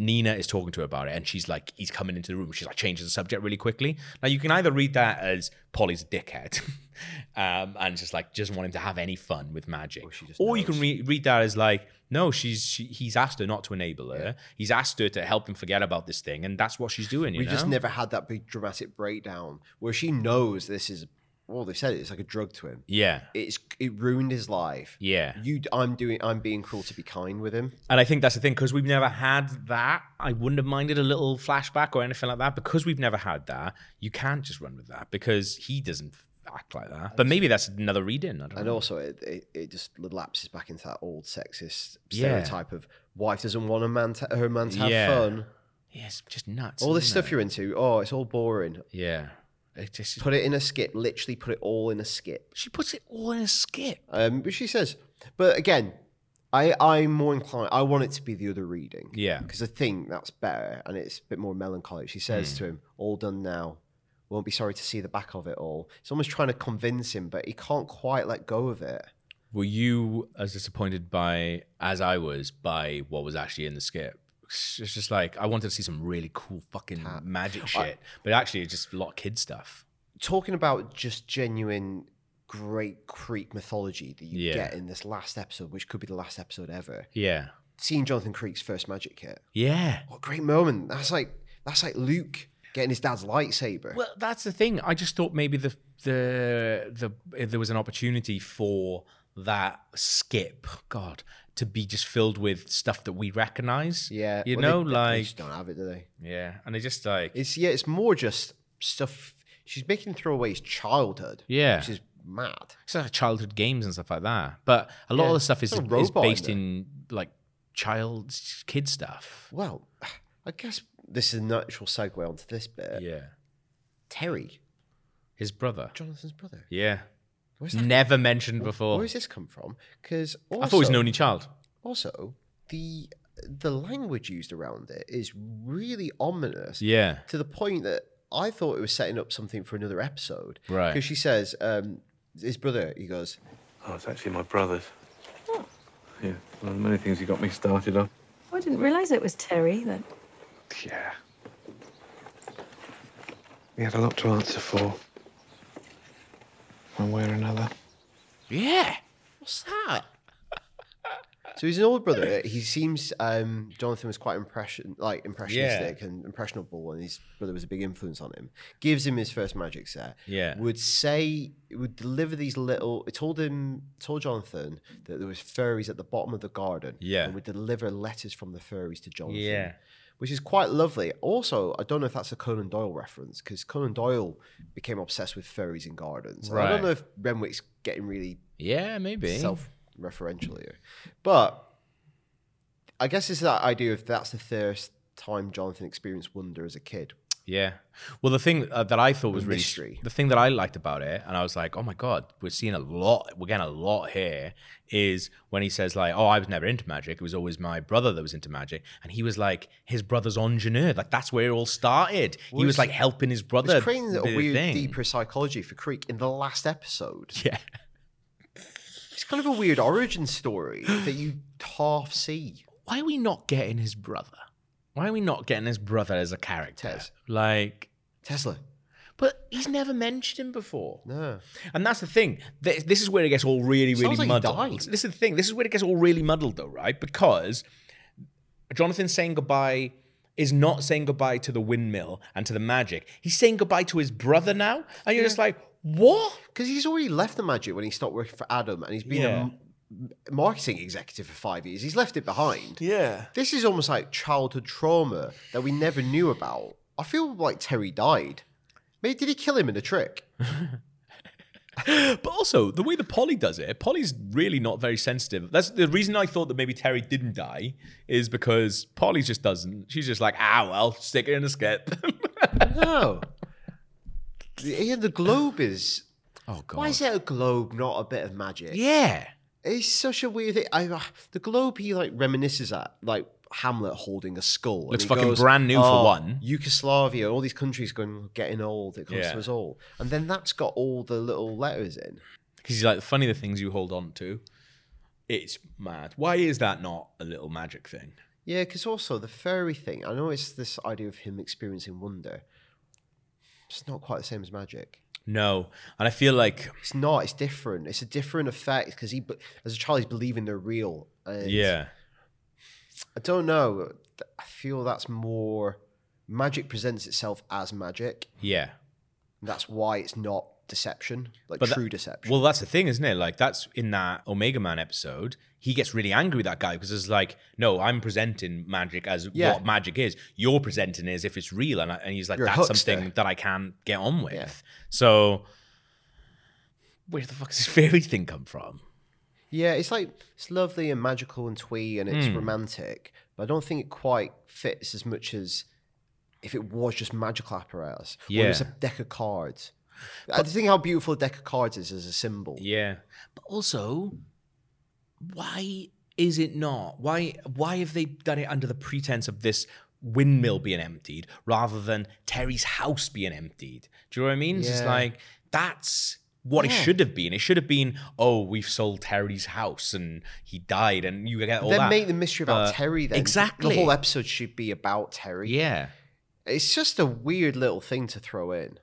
Nina is talking to her about it, and she's like, he's coming into the room. She's like, changes the subject really quickly. Now, you can either read that as Polly's a dickhead [LAUGHS] um, and just like, doesn't want him to have any fun with magic. Or, you can re- read that as like, no, she's she, he's asked her not to enable her. He's asked her to help him forget about this thing, and that's what she's doing. You We've know? just never had that big dramatic breakdown where she knows this is. Well, they said it, it's like a drug to him. Yeah. It's it ruined his life. Yeah. You, I'm doing. I'm being cruel to be kind with him. And I think that's the thing because we've never had that. I wouldn't have minded a little flashback or anything like that because we've never had that. You can't just run with that because he doesn't act like that. But maybe that's another reading. I don't And know. also, it, it, it just lapses back into that old sexist Yeah. stereotype of wife doesn't want a man to, her man to have Yeah. fun. Yeah, it's just nuts. All this isn't stuff you're into, oh, it's all boring. it? Yeah. It just, Put it in a skip. Literally, put it all in a skip. she puts it all in a skip. Um, but she says, but again, I, I'm more inclined. I want it to be the other reading. Yeah. Because I think that's better and it's a bit more melancholic. She says Hmm. to him, All done now. Won't be sorry to see the back of it all. It's almost trying to convince him, but he can't quite let go of it. Were you as disappointed by as I was by what was actually in the skip? It's just it's just like I wanted to see some really cool fucking magic shit, but actually it's just a lot of kid stuff. Talking about just genuine great Creek mythology that you Yeah. get in this last episode, which could be the last episode ever. Yeah. Seeing Jonathan Creek's first magic kit. Yeah. What a great moment. That's like that's like Luke getting his dad's lightsaber. Well, that's the thing. I just thought maybe the the the if there was an opportunity for that skip, God, to be just filled with stuff that we recognize. Yeah, you well, they- know, they like just don't have it, do they? yeah, and they just like It's yeah, it's more just stuff. She's making throwaways childhood. Yeah. which is mad. it's like childhood games and stuff like that. But a lot Yeah. of the stuff is, There's a is robot in based there. in like child kid stuff. Well, [SIGHS] I guess this is a natural segue onto this bit. Yeah, Terry, his brother. Jonathan's brother. Yeah, Where's that- never mentioned Where before. does this come from? Because I thought he was an only child. Also, the the language used around it is really ominous. Yeah. to the point that I thought it was setting up something for another episode. Right. because she says um, his brother. He goes, Oh, it's actually my brother's. Oh. Yeah, one of the many things he got me started on. Oh, I didn't realise it was Terry. That Yeah. He had a lot to answer for. One way or another. Yeah. What's that? So he's an older brother. Uh, He seems um, Jonathan was quite impression like impressionistic and impressionable, and his brother was a big influence on him. Gives him his first magic set. Yeah. Would say would deliver these little. It told him told Jonathan that there was furries at the bottom of the garden. Yeah. And would deliver letters from the furries to Jonathan. Yeah. Which is quite lovely. Also, I don't know if that's a Conan Doyle reference because Conan Doyle became obsessed with furries in gardens. I Right. don't know if Renwick's getting really Yeah, maybe. self-referentially. But I guess it's that idea of that's the first time Jonathan experienced wonder as a kid. Yeah. Well, the thing uh, that I thought was really mystery. the thing that I liked about it, and I was like, oh my god, we're seeing a lot, we're getting a lot here, is when he says like, oh, I was never into magic. It was always my brother that was into magic, and he was like his brother's ingeneur. Like that's where it all started. he Well, was it's- like helping his brother. It's creating a do the weird thing. deeper psychology for Creek in the last episode. [LAUGHS] Yeah. It's kind of a weird origin story that you half see. Why are we not getting his brother? Why are we not getting his brother as a character? Tez. Like, Tesla. but he's never mentioned him before. No. And that's the thing. Th- This is where it gets all really, really Sounds like he muddled. died. This is the thing. This is where it gets all really muddled, though, right? Because Jonathan saying goodbye is not saying goodbye to the windmill and to the magic. He's saying goodbye to his brother now, and you're just like, what? Because he's already left the magic when he stopped working for Adam and he's been a Yeah. m a marketing executive for five years. He's left it behind. Yeah. This is almost like childhood trauma that we never knew about. I feel like Terry died. Maybe did he kill him in a trick? But also the way that Polly does it, Polly's really not very sensitive. That's the reason I thought that maybe Terry didn't die is because Polly just doesn't. She's just like, ah, well, stick it in a skip. [LAUGHS] [LAUGHS] No. yeah, the globe is. oh god. Why is it a globe, not a bit of magic? Yeah. It's such a weird thing. I, uh, the globe he like reminisces at, like Hamlet holding a skull. and Looks he fucking goes, brand new for "Oh, one." Yugoslavia, all these countries going getting old. It comes Yeah. to us all, and then that's got all the little letters in. Because he's like, the funny the things you hold on to. It's mad. Why is that not a little magic thing? Yeah, because also the furry thing. I know it's this idea of him experiencing wonder. It's not quite the same as magic. No. And I feel like, It's not. It's different. It's a different effect because he, be- as a child, he's believing they're real. And yeah. I don't know. I feel that's more magic presents itself as magic. Yeah. That's why it's not deception, like But that- true deception. Well, that's the thing, isn't it? Like, that's in that Omega Man episode. He gets really angry with that guy because it's like, no, I'm presenting magic as Yeah. what magic is. You're presenting it as if it's real. And, I, and he's like, You're a that's huckster." something that I can't get on with. Yeah. So, where the fuck does this [LAUGHS] fairy thing come from? yeah, it's like it's lovely and magical and twee and it's Hmm. romantic, but I don't think it quite fits as much as if it was just magical apparatus. Or it was a Yeah. deck of cards. I just think how beautiful a deck of cards is as a symbol. Yeah. But also, why Is it not? Why why have they done it under the pretense of this windmill being emptied rather than Terry's house being emptied? Do you know what I mean? It's just Yeah. like that's what it Yeah. should have been. It should have been, oh, we've sold Terry's house and he died, and you get all then that. make the mystery about But- Terry. Then exactly. the whole episode should be about Terry. Yeah, it's just a weird little thing to throw in.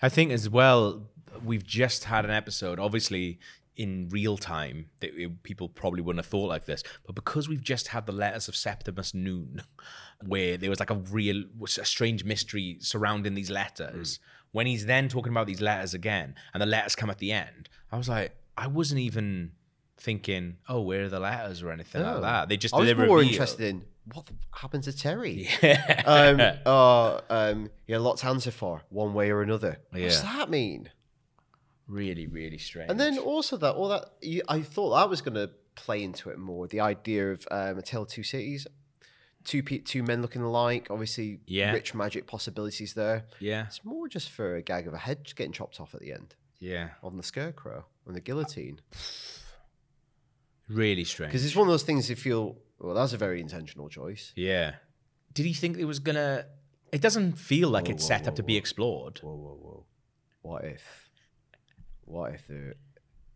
I think as well, we've just had an episode, obviously in real time, that it- people probably wouldn't have thought like this. But because we've just had the letters of Septimus Noon, [LAUGHS] where there was like a real, a strange mystery surrounding these Hmm. letters, when he's then talking about these letters again, and the letters come at the end, I was like, I wasn't even thinking, oh, where are the letters or anything Oh. like that. They just I was they more reveal. interested in what the f- happened to Terry. Yeah. [LAUGHS] um, oh, um, yeah, lots to answer for, one way or another. What's Yeah. that mean? Really, really strange. And then also that all that you, I thought that was going to play into it more. The idea of um, a tale of two cities, two pe- two men looking alike. Obviously, Yeah. rich magic possibilities there. Yeah. it's more just for a gag of a head getting chopped off at the end yeah, on the scarecrow on the guillotine. really strange. Because it's one of those things you feel. Well, that's a very intentional choice. Yeah. Did he think it was gonna? It doesn't feel like Whoa, it's whoa, set whoa, up to be explored. Whoa, whoa, whoa! What if? What if the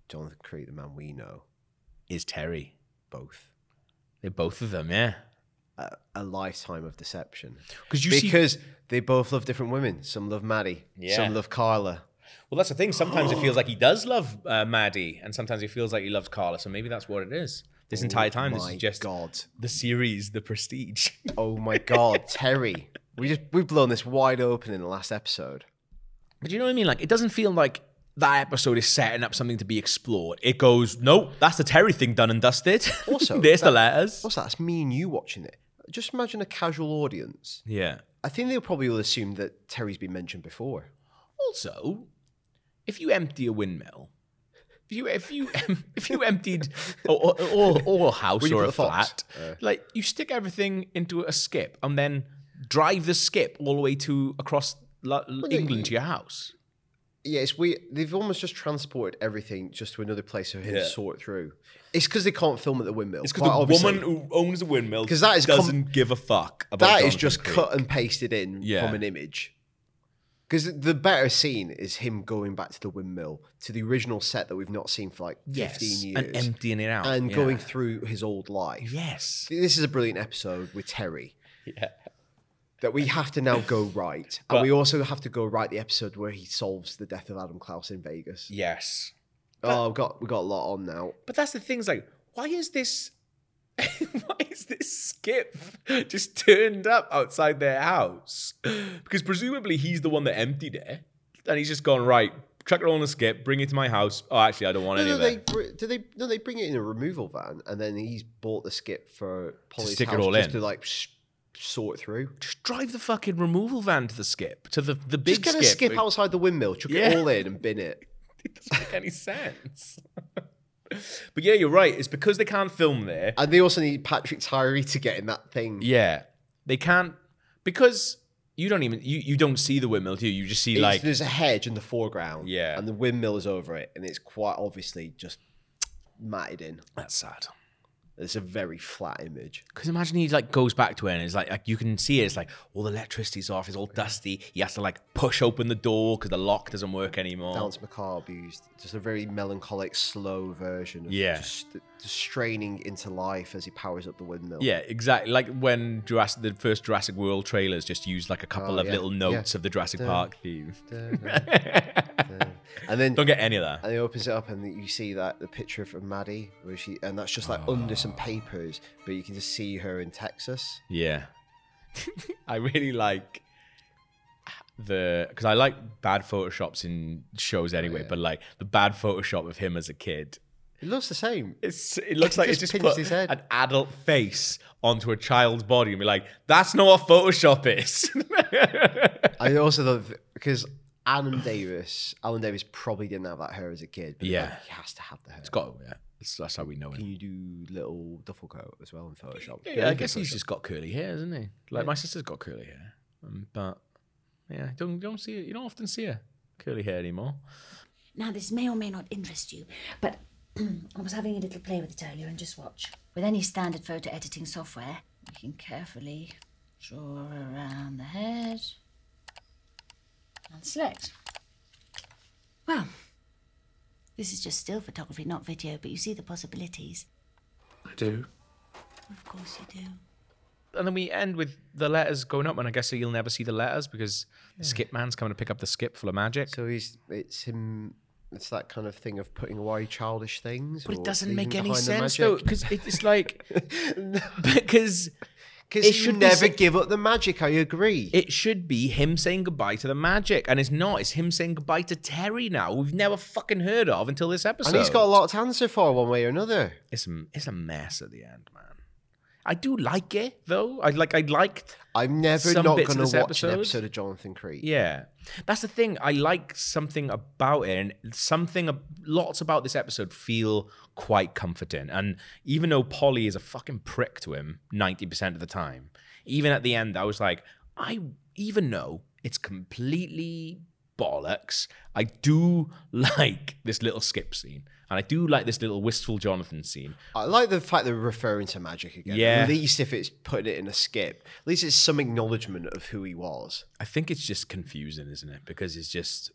Jonathan Creek, the man we know, is Terry? Both. They're both of them, yeah. A, a lifetime of deception. 'Cause you see- because they both love different women. Some love Maddie. Yeah. Some love Carla. Well, that's the thing. Sometimes it feels like he does love uh, Maddie, and sometimes he feels like he loves Carla. So maybe that's what it is. This Oh entire time, this my is just God. the series, the prestige. [LAUGHS] Oh my God, [LAUGHS] Terry! We just we've blown this wide open in the last episode. But you know what I mean? Like, it doesn't feel like that episode is setting up something to be explored. It goes, nope, that's the Terry thing done and dusted. [LAUGHS] Also, there's the that- letters. Also, that's me and you watching it. Just imagine a casual audience. Yeah. I think they'll probably all assume that Terry's been mentioned before. Also, if you empty a windmill, if you if you [LAUGHS] if you emptied or or, or, or a house Where you or put a the fox. flat, like you stick everything into a skip and then drive the skip all the way to across Lo- no, England to your house. Yeah, it's weird. They've almost just transported everything just to another place for him Yeah. to sort through. It's because they can't film at the windmill. It's because the woman who owns the windmill 'Cause that is com- doesn't give a fuck. About that is Jonathan just Creek. cut and pasted in Yeah. from an image. Because the better scene is him going back to the windmill to the original set that we've not seen for like Yes, fifteen years and emptying it out, and yeah. going through his old life. Yes, this is a brilliant episode with Terry. Yeah. That we have to now go right, But- and we also have to go right the episode where he solves the death of Adam Klaus in Vegas. Yes. oh, we've got we got a lot on now. But that's the thing, is like, why is this [LAUGHS] why is this skip just turned up outside their house? Because presumably he's the one that emptied it. And he's just gone, right, chuck it all on a skip, bring it to my house. Oh, actually, I don't want No, any no, of they it. br- do they no they bring it in a removal van and then he's bought the skip for Polly's stick it house all just in. to like sh- sort through. Just drive the fucking removal van to the skip, to the, the big Just get skip. a skip outside the windmill, chuck Yeah. it all in and bin it. It doesn't make any sense. [LAUGHS] but yeah, you're right. It's because they can't film there. And they also need Patrick Tyree to get in that thing. Yeah. They can't because you don't even you, you don't see the windmill, do you? You just see It's- like there's a hedge in the foreground. Yeah. And the windmill is over it, and it's quite obviously just matted in. That's sad. It's a very flat image. Because imagine he like goes back to it and it's like, like you can see it, it's like all the electricity's off, it's all dusty. He has to like push open the door because the lock doesn't work anymore. Dance Macabre used just a very melancholic, slow version of Yeah. just, just straining into life as he powers up the windmill. Yeah, exactly. Like when Jurassic, the first Jurassic World trailers just used like a couple Oh, of yeah. little Yeah. notes of the Jurassic Dun, Park theme. dun, [LAUGHS] dun. and then Don't get any of that. And he opens it up, and you see that the picture of Maddie, where she, and that's just Ah. like under some papers, but you can just see her in Texas. Yeah. [LAUGHS] I really like the because I like bad photoshops in shows Oh, anyway, but like the bad photoshop of him as a kid. It looks the same. It's it looks like it's just pins put his head. an adult face onto a child's body and be like, that's not what Photoshop is. I also love because Alan Davis, Alan Davis probably didn't have that hair as a kid. But yeah, Yeah. he has to have the [LAUGHS] hair. it's got yeah. That's, that's how we know Can him. you do little duffel coat as well in Photoshop? Yeah, you I can guess he's Photoshop. just got curly hair, isn't he? Like my sister's got curly hair, um, but yeah, I don't don't see it. You don't often see her curly hair anymore. [CLEARS THROAT] Now, this may or may not interest you, but I was having a little play with it earlier and just watch. With any standard photo editing software, you can carefully draw around the head and select. Well, this is just still photography, not video, but you see the possibilities. I do. Of course you do. And then we end with the letters going up, and I guess you'll never see the letters because the skip man's coming to pick up the skip full of magic. So he's it's him. It's that kind of thing of putting away childish things. But or it doesn't leaving make any behind the sense though, magic. because it's [LAUGHS] like because Because it you should be never si- give up the magic. I agree. It should be him saying goodbye to the magic, and it's not. It's him saying goodbye to Terry now. who We've never fucking heard of until this episode. and he's got a lot to answer for, one way or another. It's a, it's a mess at the end, man. I do like it though. I like. I liked. I'm never some not bits going of to watch this an episode of Jonathan Creek. Yeah, that's the thing. I like something about it, and something ab- lots about this episode feel quite comforting. And even though Polly is a fucking prick to him ninety percent of the time, even at the end, I was like, I even though it's completely bollocks, I do [LAUGHS] like this little skip scene, and I do like this little wistful Jonathan scene. I like the fact that we're referring to magic again. Yeah. At least if it's putting it in a skip, at least it's some acknowledgement of who he was. I think it's just confusing, isn't it? Because it's just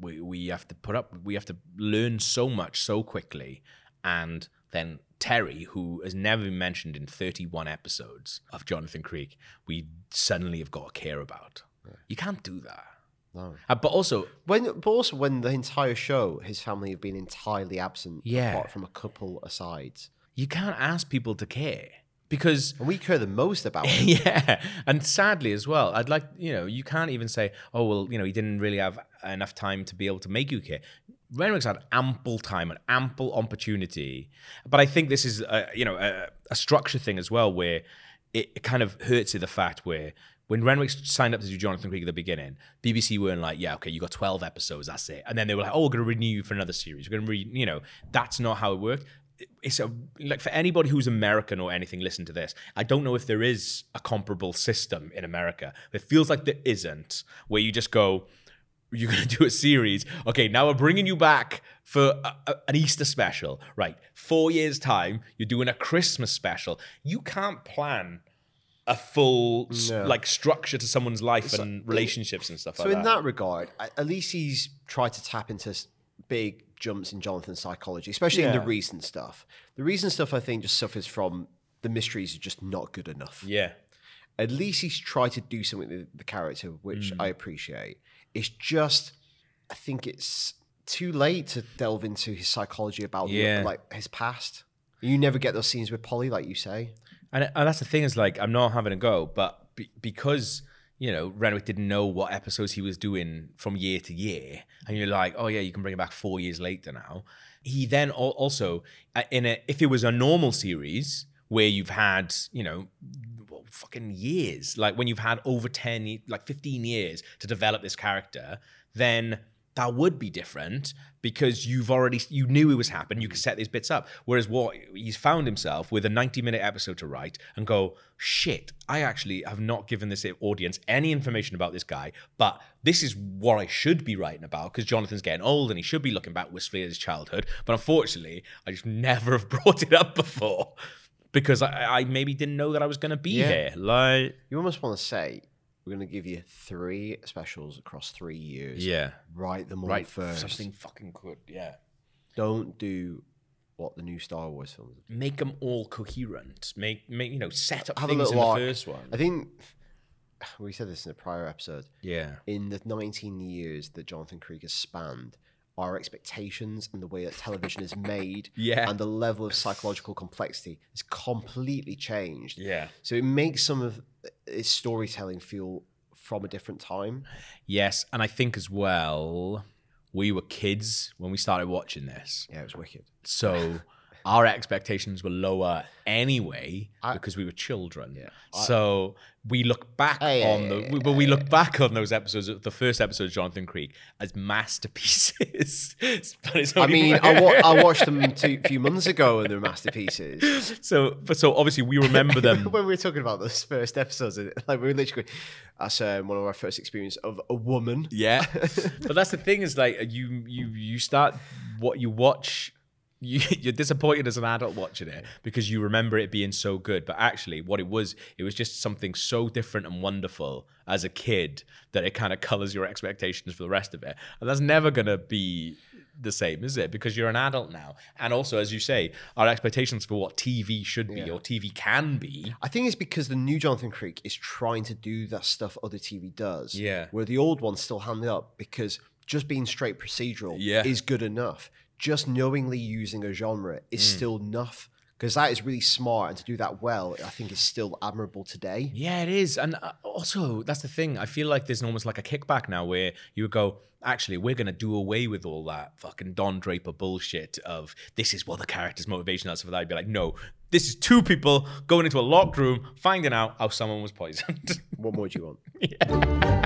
we we have to put up, we have to learn so much so quickly, and then Terry, who has never been mentioned in 31 episodes of Jonathan Creek, we suddenly have got to care about. You can't do that. No. Uh, but also, When, but also when the entire show, his family have been entirely absent, Yeah. apart from a couple asides. you can't ask people to care because we care the [LAUGHS] most about him. yeah and sadly as well i'd like you know you can't even say oh well you know he didn't really have enough time to be able to make you care renwick's had ample time and ample opportunity but i think this is a, you know a, a structure thing as well where it, it kind of hurts to the fact where when Renwick signed up to do Jonathan Creek at the beginning, BBC weren't like, yeah, okay, you got 12 episodes, that's it. And then they were like, oh, we're going to renew you for another series. We're going to re, you know, that's not how it worked. It's a, like for anybody who's American or anything, listen to this. I don't know if there is a comparable system in America. It feels like there isn't, where you just go, you're going to [LAUGHS] do a series. Okay, now we're bringing you back for a, a- an Easter special, right? Four years' time, you're doing a Christmas special. You can't plan a full s- No. like structure to someone's life So- and relationships and stuff So like in that. that regard, a- at least he's tried to tap into s- big jumps in Jonathan's psychology, especially in the Yeah. recent stuff. The recent stuff, I think, just suffers from the mysteries are just not good enough. yeah. At least he's tried to do something with the character, which Mm. I appreciate. It's just, I think it's too late to delve into his psychology about the- Yeah. like his past. You never get those scenes with Polly, like you say. And, and that's the thing is like I'm not having a go, but be, because you know Renwick didn't know what episodes he was doing from year to year, and you're like, oh yeah, you can bring it back four years later now. He then al- also uh, in a if it was a normal series where you've had you know well, fucking years, like when you've had over ten ye- like fifteen years to develop this character, then that would be different because you've already you knew it was happening you could set these bits up whereas what he's found himself with a 90 minute episode to write and go shit i actually have not given this audience any information about this guy but this is what i should be writing about because jonathan's getting old and he should be looking back wistfully at his childhood but unfortunately i just [LAUGHS] never have brought it up before because i, I maybe didn't know that i was going to be Yeah. here like You almost want to say, we're going to give you three specials across three years. Yeah. Write them all Write first. something fucking good yeah Don't do what the new Star Wars films do. make them all coherent make make you know set up Have a things little in the arc. first one I think we said this in a prior episode. Yeah. In the 19 years that Jonathan Creek has spanned, our expectations and the way that television is made [LAUGHS] Yeah. and the level of psychological complexity has completely changed. Yeah. So it makes some of its storytelling feel from a different time. Yes, and I think as well, we were kids when we started watching this. Yeah, it [LAUGHS] was wicked. [LAUGHS] So our expectations were lower anyway because we were children. so we look back on the we- but we look back on those episodes, the first episode of Jonathan Creek, as masterpieces. [LAUGHS] But it's I only- mean, I, wa- I watched them two few months ago and they're masterpieces. So, but so obviously we [LAUGHS] remember them. when we were talking about those first episodes, and, like we were literally going, that's um, one of our first experience of a woman. Yeah, but that's the thing is like you you you start what you watch you, [LAUGHS] you're disappointed as an adult watching it because you remember it being so good. But actually, what it was, it was just something so different and wonderful as a kid that it kind of colors your expectations for the rest of it. And that's never going to be the same, is it? Because you're an adult now. And also, as you say, our expectations for what TV should be or TV can be. I think it's because the new Jonathan Creek is trying to do that stuff other TV does. Yeah. Where the old one's still handed up because just being straight procedural Yeah. is good enough. Just knowingly using a genre is Mm. still enough. Because that is really smart, and to do that well, I think is still [LAUGHS] admirable today. Yeah, it is. And uh, also, that's the thing. I feel like there's almost like a kickback now where you would go, actually, we're going to do away with all that fucking Don Draper bullshit of this is what the character's motivation is for that. I'd be like, no, this is two people going into a locked room, finding out how someone was poisoned. [LAUGHS] what more do you want?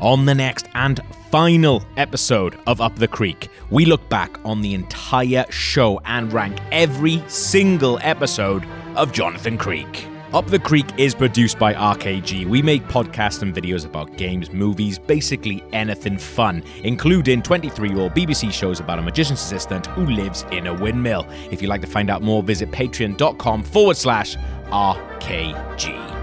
On the next and final episode of Up the Creek, we look back on the entire show and rank every single episode of Jonathan Creek. Up the Creek is produced by RKG. We make podcasts and videos about games, movies, basically anything fun, including 23 year old BBC shows about a magician's assistant who lives in a windmill. If you'd like to find out more, visit patreon.com forward slash RKG.